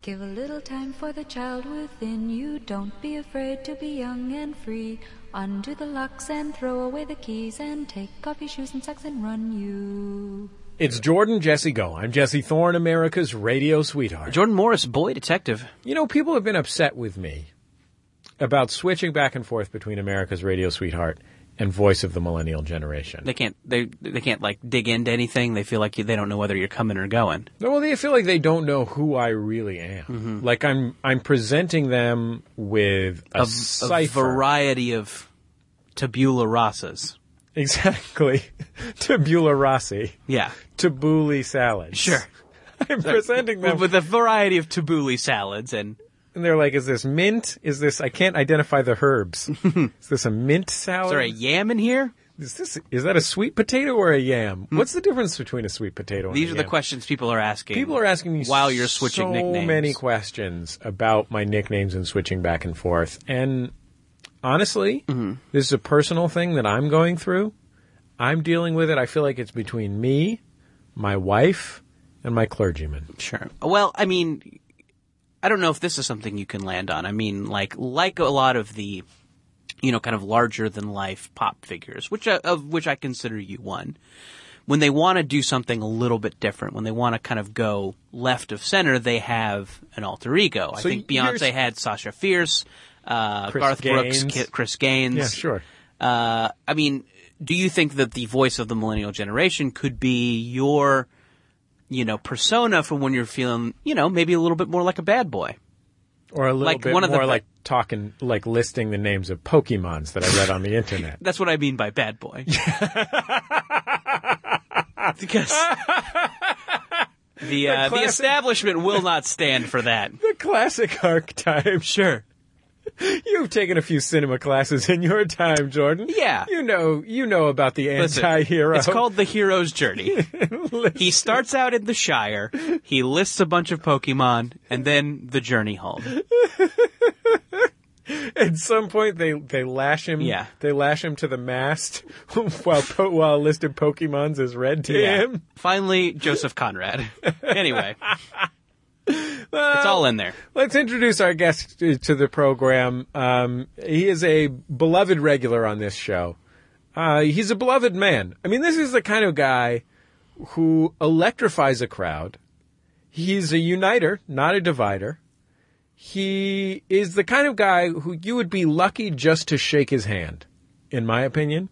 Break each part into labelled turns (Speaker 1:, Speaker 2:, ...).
Speaker 1: Give a little time for the child within you. Don't be afraid to be young and free. Undo the locks and throw away the keys and take off your shoes and socks and run you.
Speaker 2: It's Jordan Jesse Go. I'm Jesse Thorne, America's radio sweetheart.
Speaker 3: Jordan Morris, boy detective.
Speaker 2: You know, people have been upset with me about switching back and forth between America's radio sweetheart and voice of the millennial generation.
Speaker 3: They can't they they can't like dig into anything. They feel like you, they don't know whether you're coming or going.
Speaker 2: Well, they feel like they don't know who I really am.
Speaker 3: Mm-hmm.
Speaker 2: Like I'm, I'm presenting them with a,
Speaker 3: A, a
Speaker 2: cipher.
Speaker 3: variety of tabula rasas.
Speaker 2: exactly, tabula rasa,
Speaker 3: Yeah,
Speaker 2: tabbouleh salad.
Speaker 3: Sure.
Speaker 2: I'm presenting them,
Speaker 3: with a variety of tabbouleh salads and
Speaker 2: and they're like, "Is this mint? Is this? I can't identify the herbs. is this a mint salad?
Speaker 3: is there a yam in here?
Speaker 2: Is this? Is that a sweet potato or a yam? What's the difference between a sweet potato? and
Speaker 3: Hmm. These
Speaker 2: a
Speaker 3: are the
Speaker 2: yam?
Speaker 3: questions people are asking.
Speaker 2: People are asking me
Speaker 3: while you're switching
Speaker 2: so
Speaker 3: nicknames.
Speaker 2: many questions about my nicknames and switching back and forth. And honestly,
Speaker 3: Mm-hmm.
Speaker 2: this is a personal thing that I'm going through. I'm dealing with it. I feel like it's between me, my wife, and my clergyman.
Speaker 3: Sure. Well, I mean, I don't know if this is something you can land on. I mean, like like a lot of the, you know, kind of larger than life pop figures, which I, of which I consider you one. When they want to do something a little bit different, when they want to kind of go left of center, they have an alter ego. I
Speaker 2: So
Speaker 3: think
Speaker 2: you're-
Speaker 3: Beyonce had Sasha Fierce, uh,
Speaker 2: Chris
Speaker 3: Garth Brooks,
Speaker 2: Gaines.
Speaker 3: Ki- Chris Gaines.
Speaker 2: Yeah, sure.
Speaker 3: Uh, I mean, do you think that the voice of the millennial generation could be your, you know, persona for when you're feeling, you know, maybe a little bit more like a bad boy?
Speaker 2: Or a little
Speaker 3: Like
Speaker 2: bit
Speaker 3: one of the
Speaker 2: more
Speaker 3: fa-
Speaker 2: like talking, like listing the names of Pokemons that I read on the internet.
Speaker 3: That's what I mean by bad boy. because the uh, the
Speaker 2: classic-
Speaker 3: establishment will not stand for that.
Speaker 2: The classic archetype.
Speaker 3: Sure.
Speaker 2: You've taken a few cinema classes in your time, Jordan.
Speaker 3: Yeah.
Speaker 2: You know, you know about the
Speaker 3: Listen,
Speaker 2: anti-hero.
Speaker 3: It's called the hero's journey. he starts out in the Shire. He lists a bunch of Pokemon, and then the journey home.
Speaker 2: At some point, they they lash him.
Speaker 3: Yeah.
Speaker 2: they lash him to the mast while po- while a list of Pokemon's is read to
Speaker 3: Yeah.
Speaker 2: him.
Speaker 3: Finally, Joseph Conrad. anyway, it's all in there.
Speaker 2: Let's introduce our guest to, to the program. Um, he is a beloved regular on this show. Uh, he's a beloved man. I mean, this is the kind of guy who electrifies a crowd. He's a uniter, not a divider. He is the kind of guy who you would be lucky just to shake his hand, in my opinion.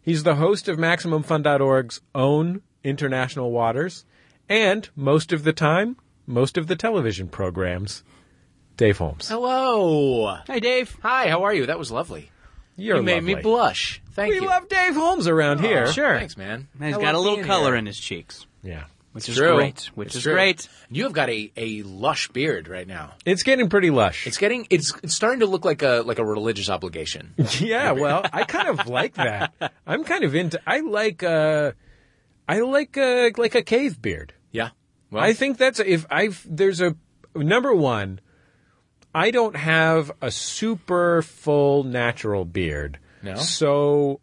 Speaker 2: He's the host of MaximumFun.org's own International Waters and, most of the time, most of the television programs. Dave Holmes.
Speaker 4: Oh, Hello.
Speaker 3: Hi, Dave.
Speaker 4: Hi, how are you? That was lovely.
Speaker 2: You're
Speaker 4: you made me
Speaker 2: lovely.
Speaker 4: blush. Thank
Speaker 2: We
Speaker 4: you. Oh,
Speaker 2: love Dave Holmes around here.
Speaker 3: Sure.
Speaker 4: Thanks, man.
Speaker 3: And he's
Speaker 4: I
Speaker 3: got a
Speaker 4: love
Speaker 3: little
Speaker 4: being
Speaker 3: color
Speaker 4: here.
Speaker 3: in his cheeks,
Speaker 2: Yeah.
Speaker 3: which
Speaker 4: It's
Speaker 3: is
Speaker 4: true.
Speaker 3: great. Which
Speaker 4: It's
Speaker 3: is
Speaker 4: true.
Speaker 3: great.
Speaker 4: You have got a, a lush beard right now.
Speaker 2: It's getting pretty lush.
Speaker 4: It's getting it's, it's starting to look like a like a religious obligation.
Speaker 2: yeah, well, I kind of like that. I'm kind of into I like uh I like uh like a cave beard.
Speaker 4: yeah. Well,
Speaker 2: I think that's if I've there's a number one. I don't have a super full natural beard.
Speaker 4: No?
Speaker 2: So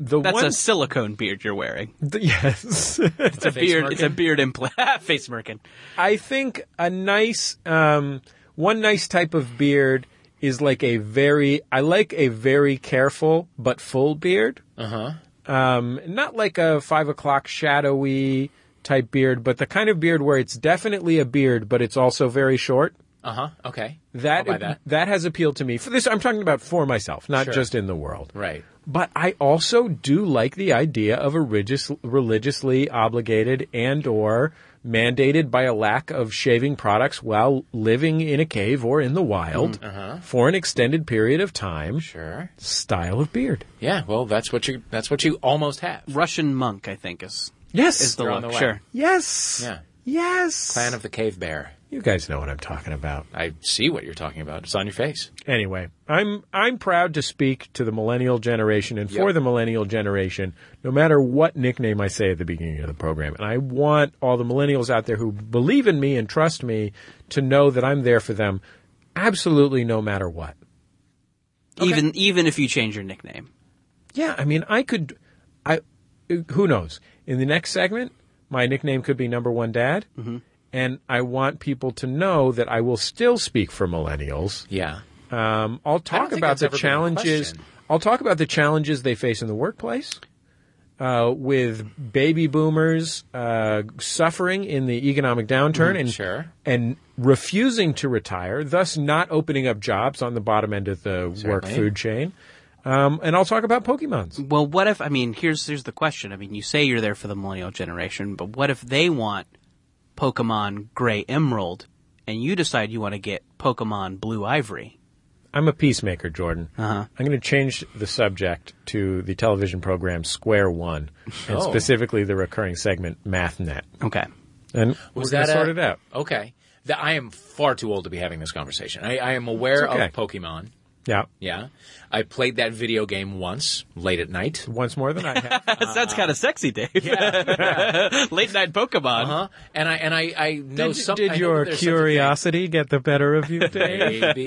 Speaker 2: the
Speaker 3: That's
Speaker 2: one
Speaker 3: a silicone beard you're wearing.
Speaker 2: th- yes,
Speaker 3: It's a,
Speaker 4: face
Speaker 3: beard. It's a
Speaker 4: merkin?
Speaker 3: beard implant. face merkin.
Speaker 2: I think a nice um, one nice type of beard is like a very I like a very careful but full beard. Uh
Speaker 4: Uh-huh.
Speaker 2: huh. Um, not like a five o'clock shadowy type beard, but the kind of beard where it's definitely a beard, but it's also very short.
Speaker 4: Uh huh. Okay.
Speaker 2: That,
Speaker 4: I'll buy that.
Speaker 2: has appealed to me. For this, I'm talking about for myself, not
Speaker 4: Sure.
Speaker 2: just in the world.
Speaker 4: Right.
Speaker 2: But I also do like the idea of a religious, religiously obligated and or mandated by a lack of shaving products while living in a cave or in the wild
Speaker 4: Mm, uh-huh.
Speaker 2: for an extended period of time.
Speaker 4: Sure.
Speaker 2: Style of beard.
Speaker 4: Yeah. Well, that's what you that's what you almost have.
Speaker 3: Russian monk, I think, is
Speaker 2: Yes.
Speaker 3: is the
Speaker 4: You're
Speaker 3: look.
Speaker 4: on the way.
Speaker 3: Sure.
Speaker 2: yes.
Speaker 4: Yeah.
Speaker 2: Yes.
Speaker 4: Clan of the Cave Bear.
Speaker 2: you guys know what I'm talking about.
Speaker 4: I see what you're talking about. It's on your face.
Speaker 2: anyway, I'm I'm proud to speak to the millennial generation and for
Speaker 4: Yep.
Speaker 2: the millennial generation, no matter what nickname I say at the beginning of the program. And I want all the millennials out there who believe in me and trust me to know that I'm there for them absolutely no matter what.
Speaker 3: Even even if you change your nickname,
Speaker 2: Yeah, I mean, I could I who knows. In the next segment, my nickname could be number 1 dad. and I want people to know that I will still speak for millennials.
Speaker 4: Yeah.
Speaker 2: Um, I'll
Speaker 4: don't
Speaker 2: talk
Speaker 4: think
Speaker 2: about
Speaker 4: that's
Speaker 2: the
Speaker 4: ever been a
Speaker 2: challenges.
Speaker 4: question.
Speaker 2: I'll talk about the challenges they face in the workplace uh, with baby boomers uh, suffering in the economic downturn and
Speaker 4: Mm-hmm, sure.
Speaker 2: and refusing to retire, thus not opening up jobs on the bottom end of the work
Speaker 4: Certainly.
Speaker 2: food chain. Um, and I'll talk about Pokemons.
Speaker 3: Well, what if I mean here's here's the question. I mean, you say you're there for the millennial generation, but what if they want Pokemon Gray Emerald and you decide you want to get Pokemon Blue Ivory?
Speaker 2: I'm a peacemaker, Jordan.
Speaker 4: Uh-huh.
Speaker 2: I'm going to change the subject to the television program Square One, and
Speaker 4: Oh.
Speaker 2: specifically the recurring segment MathNet.
Speaker 3: Okay.
Speaker 2: And
Speaker 4: Was
Speaker 2: we're gonna
Speaker 4: that a-
Speaker 2: sort it out?
Speaker 4: Okay. That I am far too old to be having this conversation. I, I am aware
Speaker 2: It's okay.
Speaker 4: of Pokemon.
Speaker 2: Yeah,
Speaker 4: Yeah. I played that video game once, late at night.
Speaker 2: once more than I have.
Speaker 3: That sounds kind of sexy, Dave. Late night Pokemon.
Speaker 4: Huh? Uh-huh. And I and I, I know
Speaker 2: Uh-huh. did,
Speaker 4: some-
Speaker 2: did
Speaker 4: I know
Speaker 2: your
Speaker 4: there's something-
Speaker 2: curiosity get the better of you, Dave?
Speaker 4: Maybe.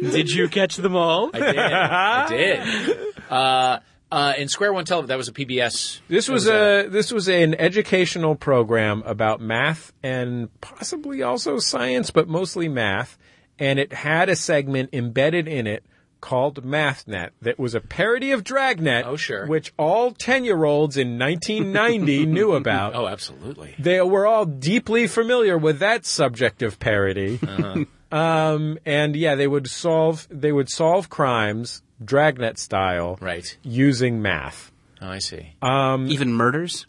Speaker 3: Did you catch them all?
Speaker 4: I did. I did. Uh, uh, in Square One Television, that was a PBS.
Speaker 2: This
Speaker 4: that
Speaker 2: was a this was an educational program about math and possibly also science, but mostly math. And it had a segment embedded in it called MathNet that was a parody of Dragnet.
Speaker 4: Oh, sure.
Speaker 2: which all ten year olds in 1990 knew about.
Speaker 4: Oh, absolutely.
Speaker 2: They were all deeply familiar with that subject of parody. um, and yeah, they would solve they would solve crimes Dragnet style,
Speaker 4: Right.
Speaker 2: using math.
Speaker 4: Oh, I see.
Speaker 2: Uh,
Speaker 3: Even murders?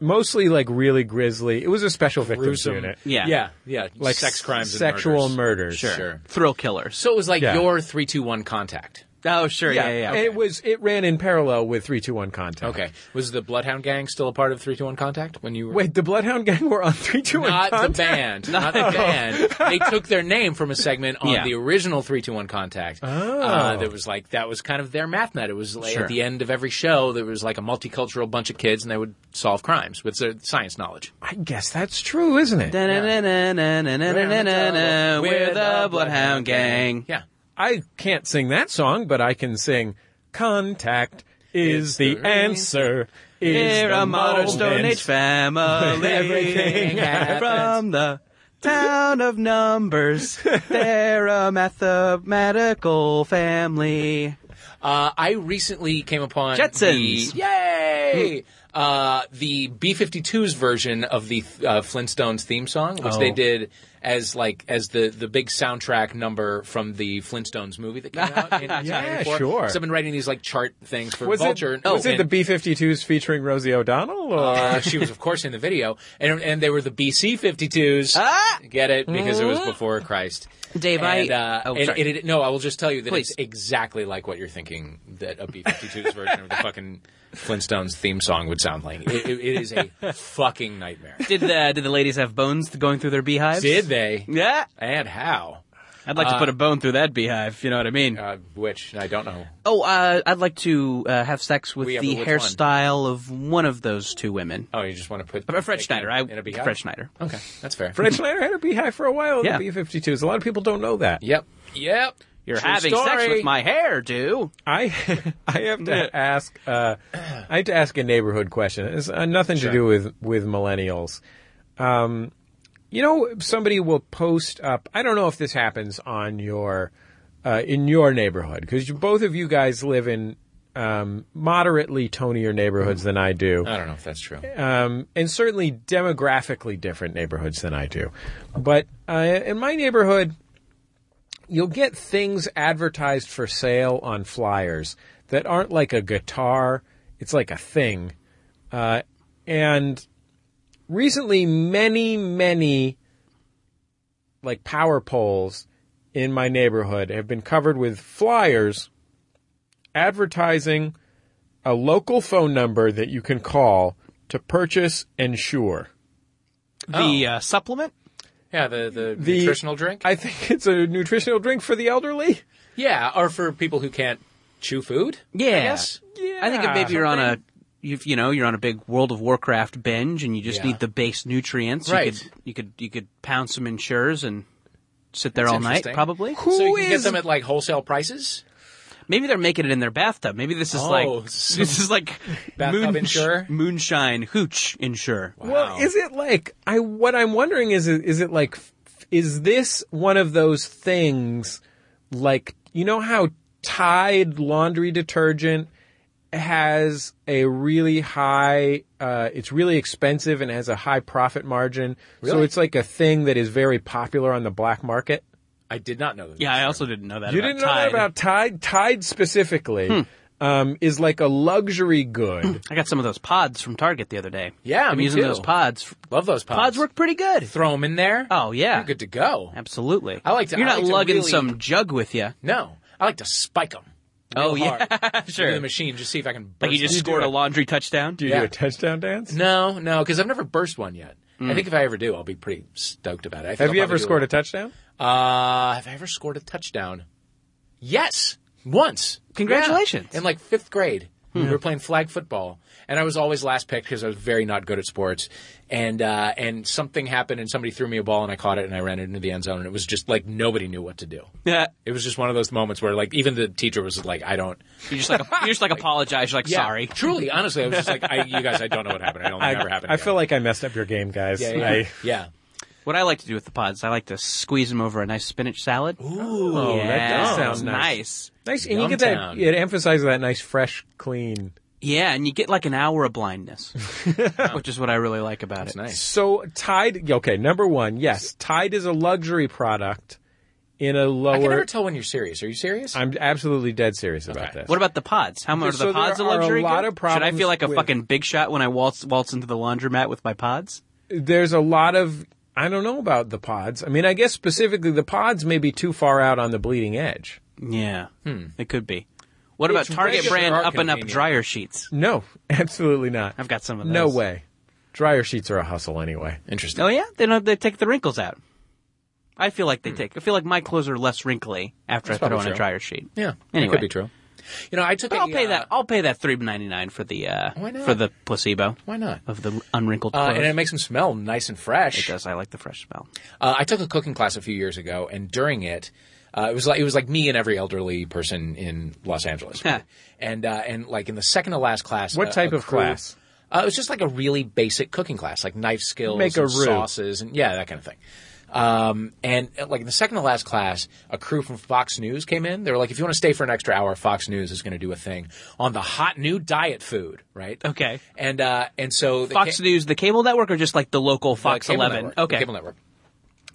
Speaker 2: mostly like really grisly. It was a special victims
Speaker 4: Gruesome.
Speaker 2: unit.
Speaker 3: Yeah.
Speaker 4: yeah, yeah.
Speaker 2: Like
Speaker 4: sex crimes, and
Speaker 2: sexual
Speaker 4: murders.
Speaker 2: murders.
Speaker 4: Sure.
Speaker 3: Thrill killers.
Speaker 4: So it was like
Speaker 2: Yeah.
Speaker 4: your three, two, one contact.
Speaker 3: Oh, sure. Yeah, yeah.
Speaker 2: Yeah,
Speaker 3: yeah.
Speaker 2: And it was it ran in parallel with 321 contact.
Speaker 4: Okay. Was the Bloodhound Gang still a part of three, two, one contact when you were?
Speaker 2: Wait, the Bloodhound Gang were on 321
Speaker 4: Not
Speaker 2: contact.
Speaker 4: the band, not the band. They took their name from a segment on
Speaker 3: Yeah.
Speaker 4: the original three two one contact. Uh, that was like that was kind of their math net. It was like
Speaker 3: Sure.
Speaker 4: at the end of every show there was like a multicultural bunch of kids and they would solve crimes with their science knowledge.
Speaker 2: I guess that's true, isn't it?
Speaker 3: Da-na-na-na-na-na-na-na-na, We're the Bloodhound Gang.
Speaker 4: Yeah.
Speaker 2: I can't sing that song, but I can sing Contact is the answer. Is
Speaker 3: We're
Speaker 2: the
Speaker 3: a modern
Speaker 2: moment."
Speaker 3: Stone Age family.
Speaker 4: Everything
Speaker 3: From the town of numbers, they're a mathematical family.
Speaker 4: Uh, I recently came upon
Speaker 3: Jetsons.
Speaker 4: The, yay!
Speaker 2: Hmm.
Speaker 4: Uh, the B52's version of the uh, Flintstones theme song, which
Speaker 3: Oh.
Speaker 4: they did as like as the the big soundtrack number from the Flintstones movie that came out. In
Speaker 2: Yeah,
Speaker 4: 1994.
Speaker 2: sure.
Speaker 4: So I've been writing these like chart things for
Speaker 2: Was
Speaker 4: Vulture.
Speaker 2: it, was it the
Speaker 4: and-
Speaker 2: B-52s featuring Rosie O'Donnell? Or?
Speaker 4: uh, she was, of course, in the video, and and they were the BC 52s.
Speaker 3: Ah!
Speaker 4: Get it because it was
Speaker 2: Ah.
Speaker 4: before Christ.
Speaker 3: Dave,
Speaker 4: And,
Speaker 3: I-
Speaker 4: uh,
Speaker 3: oh,
Speaker 4: and
Speaker 3: sorry.
Speaker 4: it- it- no, I will just tell you that
Speaker 3: Please.
Speaker 4: it's exactly like what you're thinking that a B 52's version of the fucking Flintstones theme song would sound like. It, it, it is a fucking nightmare.
Speaker 3: Did the, did the ladies have bones going through their beehives?
Speaker 4: Did they?
Speaker 3: Yeah.
Speaker 4: And how?
Speaker 3: I'd like to put a bone through that beehive, you know what I mean?
Speaker 4: Uh, which I don't know.
Speaker 3: Oh, uh, I'd like to uh, have sex with
Speaker 4: We have
Speaker 3: the
Speaker 4: a which one?
Speaker 3: hairstyle of one of those two women.
Speaker 4: Oh, you just want to put
Speaker 3: Uh, Fred Schneider. I,
Speaker 4: in a beehive?
Speaker 3: Fred Schneider.
Speaker 4: Okay, that's fair.
Speaker 2: Fred Schneider had a beehive for a while.
Speaker 3: Yeah.
Speaker 2: The B-52s. A lot of people don't know that.
Speaker 4: Yep. Yep.
Speaker 3: You're
Speaker 4: True
Speaker 3: having sex
Speaker 4: story.
Speaker 3: with my hair, do?
Speaker 2: I I have to ask uh, I have to ask a neighborhood question. It's uh, nothing to do with with millennials. Um, you know, somebody will post up. I don't know if this happens on your uh, in your neighborhood because both of you guys live in um, moderately tonier neighborhoods than I do
Speaker 4: I don't know if that's true.
Speaker 2: um, and certainly demographically different neighborhoods than I do. But uh, in my neighborhood, you'll get things advertised for sale on flyers that aren't like a guitar, it's like a thing. Uh, and recently, many, many like power poles in my neighborhood have been covered with flyers advertising a local phone number that you can call to purchase Ensure.
Speaker 4: Oh.
Speaker 3: The uh, supplement?
Speaker 4: Yeah, the, the,
Speaker 2: The-
Speaker 4: nutritional drink.
Speaker 2: I think it's a nutritional drink for the elderly.
Speaker 4: Yeah, or for people who can't chew food.
Speaker 3: Yeah.
Speaker 4: I guess.
Speaker 3: I think if maybe you're on a you you know you're on a big World of Warcraft binge and you just
Speaker 4: Yeah.
Speaker 3: need the base nutrients. You
Speaker 4: Right.
Speaker 3: could you could you could pound some insures and sit there all night
Speaker 4: interesting.
Speaker 3: probably.
Speaker 2: Who
Speaker 4: so you can get
Speaker 2: is-
Speaker 4: them at like wholesale prices.
Speaker 3: Maybe they're making it in their bathtub. Maybe this is
Speaker 4: Oh,
Speaker 3: like
Speaker 4: so-
Speaker 3: this is like
Speaker 4: Bathtub insurer?
Speaker 3: moonshine hooch insure.
Speaker 2: Well, is it like I? What I'm wondering is, is it like, f- is this one of those things, like you know how Tide laundry detergent has a really high, uh, it's really expensive and has a high profit margin, so
Speaker 4: Really?
Speaker 2: it's like a thing that is very popular on the black market.
Speaker 4: I did not know that.
Speaker 3: Yeah, I also didn't know that.
Speaker 2: You
Speaker 3: about
Speaker 2: didn't know that
Speaker 3: Tide.
Speaker 2: about Tide? Tide specifically um, is like a luxury good.
Speaker 3: I got some of those pods from Target the other day.
Speaker 4: Yeah,
Speaker 3: I'm
Speaker 4: me
Speaker 3: using
Speaker 4: too.
Speaker 3: those pods.
Speaker 4: Love those pods.
Speaker 3: Pods work pretty good.
Speaker 4: Throw them in there.
Speaker 3: Oh yeah,
Speaker 4: You're good to go.
Speaker 3: absolutely.
Speaker 4: I like to-
Speaker 3: You're
Speaker 4: I
Speaker 3: not
Speaker 4: like to
Speaker 3: lugging
Speaker 4: really-
Speaker 3: some jug with you.
Speaker 4: No, I like to spike them.
Speaker 3: Oh, yeah, sure.
Speaker 4: the machine, just see if I can. Burst
Speaker 3: Like you just
Speaker 4: them.
Speaker 3: scored a laundry touchdown.
Speaker 2: Do you
Speaker 4: Yeah.
Speaker 2: do a touchdown dance?
Speaker 4: No, no, because I've never burst one yet. I
Speaker 3: Mm.
Speaker 4: think if I ever do, I'll be pretty stoked about it. I think
Speaker 2: Have
Speaker 4: I'll
Speaker 2: you ever
Speaker 4: probably do
Speaker 2: scored a
Speaker 4: it.
Speaker 2: touchdown?
Speaker 4: Uh, have I ever scored a touchdown? Yes, once.
Speaker 3: Congratulations.
Speaker 4: Yeah, In like fifth grade,
Speaker 3: Hmm.
Speaker 4: we were playing flag football, and I was always last picked because I was very not good at sports. And uh, and something happened, and somebody threw me a ball, and I caught it, and I ran it into the end zone, and it was just like nobody knew what to do.
Speaker 3: Yeah.
Speaker 4: It was just one of those moments where like even the teacher was like, I don't.
Speaker 3: You just like you just like apologize. You're like
Speaker 4: Yeah,
Speaker 3: sorry.
Speaker 4: Truly, honestly, I was just like, I, you guys, I don't know what happened. I don't think it ever happened.
Speaker 2: I
Speaker 4: again.
Speaker 2: feel like I messed up your game, guys.
Speaker 4: Yeah, yeah,
Speaker 2: I-
Speaker 4: yeah.
Speaker 3: What I like to do with the pods, I like to squeeze them over a nice spinach salad.
Speaker 4: Ooh,
Speaker 2: Oh,
Speaker 3: yeah,
Speaker 2: that does sound nice.
Speaker 3: nice.
Speaker 2: Nice, and you get that.
Speaker 4: Yumtown.
Speaker 2: It emphasizes that nice, fresh, clean.
Speaker 3: Yeah, and you get like an hour of blindness, which is what I really like about it.
Speaker 4: nice.
Speaker 2: So Tide, okay, number one, yes, Tide is a luxury product in a
Speaker 4: I can
Speaker 2: lower.
Speaker 4: never tell when you're serious. Are you serious?
Speaker 2: I'm absolutely dead serious about this.
Speaker 3: What about the pods? How much are
Speaker 2: So
Speaker 3: the pods a
Speaker 2: there are a
Speaker 3: luxury?
Speaker 2: lot
Speaker 3: good?
Speaker 2: of
Speaker 3: Should I
Speaker 2: problems
Speaker 3: feel like a
Speaker 2: with-
Speaker 3: fucking big shot when I waltz waltz into the laundromat with my pods?
Speaker 2: There's a lot of I don't know about the pods. I mean, I guess specifically the pods may be too far out on the bleeding edge.
Speaker 3: Yeah, it could be. What about
Speaker 4: Hmm. It's
Speaker 3: Target
Speaker 4: regular
Speaker 3: brand
Speaker 4: are
Speaker 3: up and up
Speaker 4: convenient.
Speaker 3: dryer sheets?
Speaker 2: No, absolutely not.
Speaker 3: I've got some of those.
Speaker 2: no way. Dryer sheets are a hustle anyway.
Speaker 4: Interesting.
Speaker 3: Oh yeah, they don't. They take the wrinkles out. I feel like they take. I feel like my clothes are less wrinkly after I throw
Speaker 4: Hmm. probably
Speaker 3: on a
Speaker 4: true.
Speaker 3: dryer sheet.
Speaker 4: Yeah,
Speaker 3: Anyway.
Speaker 4: it could be true. You know, I took.
Speaker 3: But
Speaker 4: a,
Speaker 3: I'll pay
Speaker 4: uh,
Speaker 3: that. I'll pay that three ninety nine for the uh,
Speaker 4: Why not?
Speaker 3: for the placebo
Speaker 4: Why not?
Speaker 3: of the unwrinkled
Speaker 4: Uh,
Speaker 3: clothes.
Speaker 4: and it makes them smell nice and fresh.
Speaker 3: it does. I like the fresh smell.
Speaker 4: Uh, I took a cooking class a few years ago, and during it, uh, it was like it was like me and every elderly person in Los Angeles.
Speaker 3: Huh.
Speaker 4: and uh, and like in the second to last class,
Speaker 2: What
Speaker 4: a-
Speaker 2: type
Speaker 4: a
Speaker 2: of
Speaker 4: crew-
Speaker 2: class?
Speaker 4: Uh, it was just like a really basic cooking class, like knife skills,
Speaker 2: Make a
Speaker 4: and
Speaker 2: roux.
Speaker 4: sauces, and yeah, that kind of thing. Um, and uh, like in the second to last class, a crew from Fox News came in. They were like, "If you want to stay for an extra hour, Fox News is going to do a thing on the hot new diet food, right?"
Speaker 3: Okay.
Speaker 4: And uh, and so they
Speaker 3: Fox
Speaker 4: ca-
Speaker 3: News, the cable network, or just like the local Fox
Speaker 4: cable
Speaker 3: Eleven?
Speaker 4: network,
Speaker 3: okay.
Speaker 4: cable network.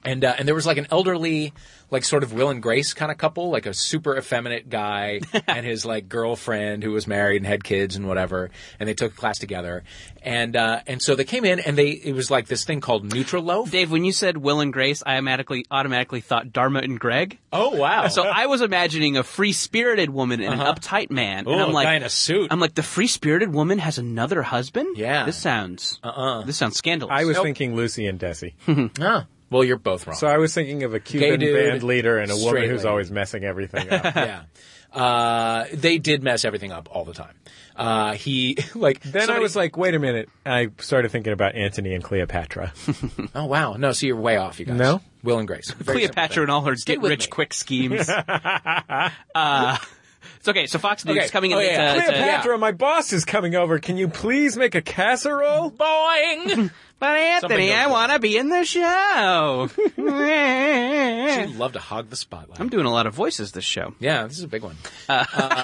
Speaker 4: And uh, and there was like an elderly, like sort of Will and Grace kind of couple, like a super effeminate guy and his like girlfriend who was married and had kids and whatever. And they took a class together, and uh, and so they came in and they it was like this thing called Nutriloaf.
Speaker 3: Dave, when you said Will and Grace, I automatically automatically thought Dharma and Greg.
Speaker 4: Oh wow! Uh-huh.
Speaker 3: So I was imagining a free spirited woman and an uptight man, and
Speaker 4: Ooh,
Speaker 3: I'm like,
Speaker 4: guy in a suit.
Speaker 3: I'm like, the free spirited woman has another husband.
Speaker 4: Yeah.
Speaker 3: this sounds uh-uh. this sounds scandalous.
Speaker 2: I was thinking Lucy and Desi.
Speaker 4: Ah, well, you're both wrong.
Speaker 2: So I was thinking of a Cuban
Speaker 4: dude,
Speaker 2: band leader and a woman
Speaker 4: straight
Speaker 2: who's
Speaker 4: lady.
Speaker 2: always messing everything up.
Speaker 4: yeah. Uh, they did mess everything up all the time. Uh, he like
Speaker 2: then I
Speaker 4: somebody-
Speaker 2: was like, wait a minute. I started thinking about Antony and Cleopatra.
Speaker 4: oh wow, no, so you're way off, you guys.
Speaker 2: No?
Speaker 4: Will and Grace, Very simple
Speaker 3: Cleopatra
Speaker 4: thing.
Speaker 3: and all her get
Speaker 4: with
Speaker 3: rich
Speaker 4: me.
Speaker 3: quick schemes. uh, it's okay. So Fox News
Speaker 4: Okay.
Speaker 3: is coming in.
Speaker 4: Oh,
Speaker 3: it's
Speaker 4: yeah.
Speaker 3: a- it's a-
Speaker 2: Cleopatra, my boss is coming over. Can you please make a casserole?
Speaker 4: Boing.
Speaker 3: But
Speaker 4: Somebody
Speaker 3: Anthony,
Speaker 4: goes
Speaker 3: I
Speaker 4: wrong.
Speaker 3: want to be in the show.
Speaker 4: She'd
Speaker 3: I'm
Speaker 4: love to hog the spotlight.
Speaker 3: doing a lot of voices this show.
Speaker 4: yeah, this is a big one. Uh,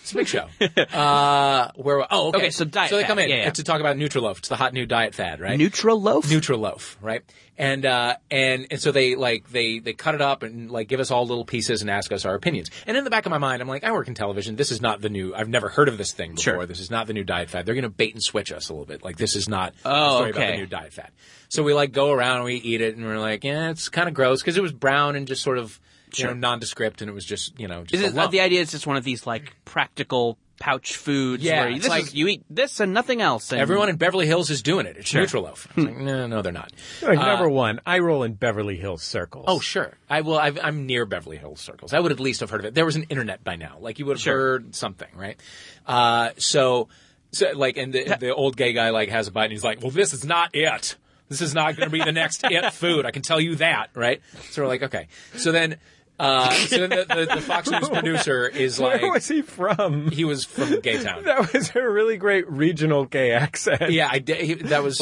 Speaker 4: it's a big show. Uh, where? Oh, okay.
Speaker 3: Okay, so diet
Speaker 4: So they
Speaker 3: fad.
Speaker 4: come in
Speaker 3: Yeah, yeah.
Speaker 4: to talk about Nutriloaf. It's the hot new diet fad, right?
Speaker 3: Neutral loaf.
Speaker 4: Nutriloaf, right? And uh, and and so they like they they cut it up and like give us all little pieces and ask us our opinions. And in the back of my mind, I'm like, I work in television. This is not the new. I've never heard of this thing before.
Speaker 3: Sure.
Speaker 4: This is not the new diet fad. They're going to bait and switch us a little bit. Like this is not
Speaker 3: Oh,
Speaker 4: a story about
Speaker 3: okay.
Speaker 4: the new diet fad. So we like go around and we eat it and we're like, yeah, it's kind of gross because it was brown and just sort of you know nondescript and it was just you know just
Speaker 3: Is
Speaker 4: a
Speaker 3: it, uh,
Speaker 4: lump.
Speaker 3: the idea is it's one of these like practical pouch foods
Speaker 4: Yeah,
Speaker 3: where you,
Speaker 4: it's
Speaker 3: this
Speaker 4: like-
Speaker 3: is, you eat this and nothing else. And
Speaker 4: Everyone in Beverly Hills is doing it. It's Nutriloaf. I was like, no, no, they're not.
Speaker 2: Like, number one, I roll in Beverly Hills circles.
Speaker 4: Uh, Oh, sure. I will. I've, I'm near Beverly Hills circles. I would at least have heard of it. There was an internet by now. Like you would have
Speaker 3: Sure.
Speaker 4: heard something, right? Uh, so, so like, and the, the old gay guy like has a bite and he's like, "Well, this is not it. This is not going to be the next it food. I can tell you that, right?" So we're like, okay. So then. Uh, so then the, the, the Fox News producer is like,
Speaker 2: Where was he from?
Speaker 4: he was from Gaytown.
Speaker 2: That was a really great regional gay accent.
Speaker 4: yeah, I did. He, that was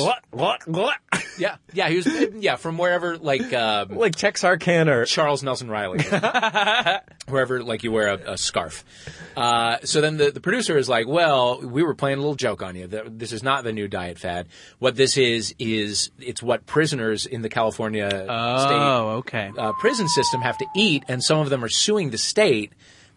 Speaker 4: yeah, yeah. He was yeah from wherever like um,
Speaker 2: like Texarkana.
Speaker 4: Charles Nelson Riley, wherever like you wear a, a scarf. Uh, so then the, the producer is like, "Well, we were playing a little joke on you. Th- This is not the new diet fad. What this is is it's what prisoners in the California state
Speaker 3: Oh, okay.
Speaker 4: uh, prison system have to eat, and some of them are suing the state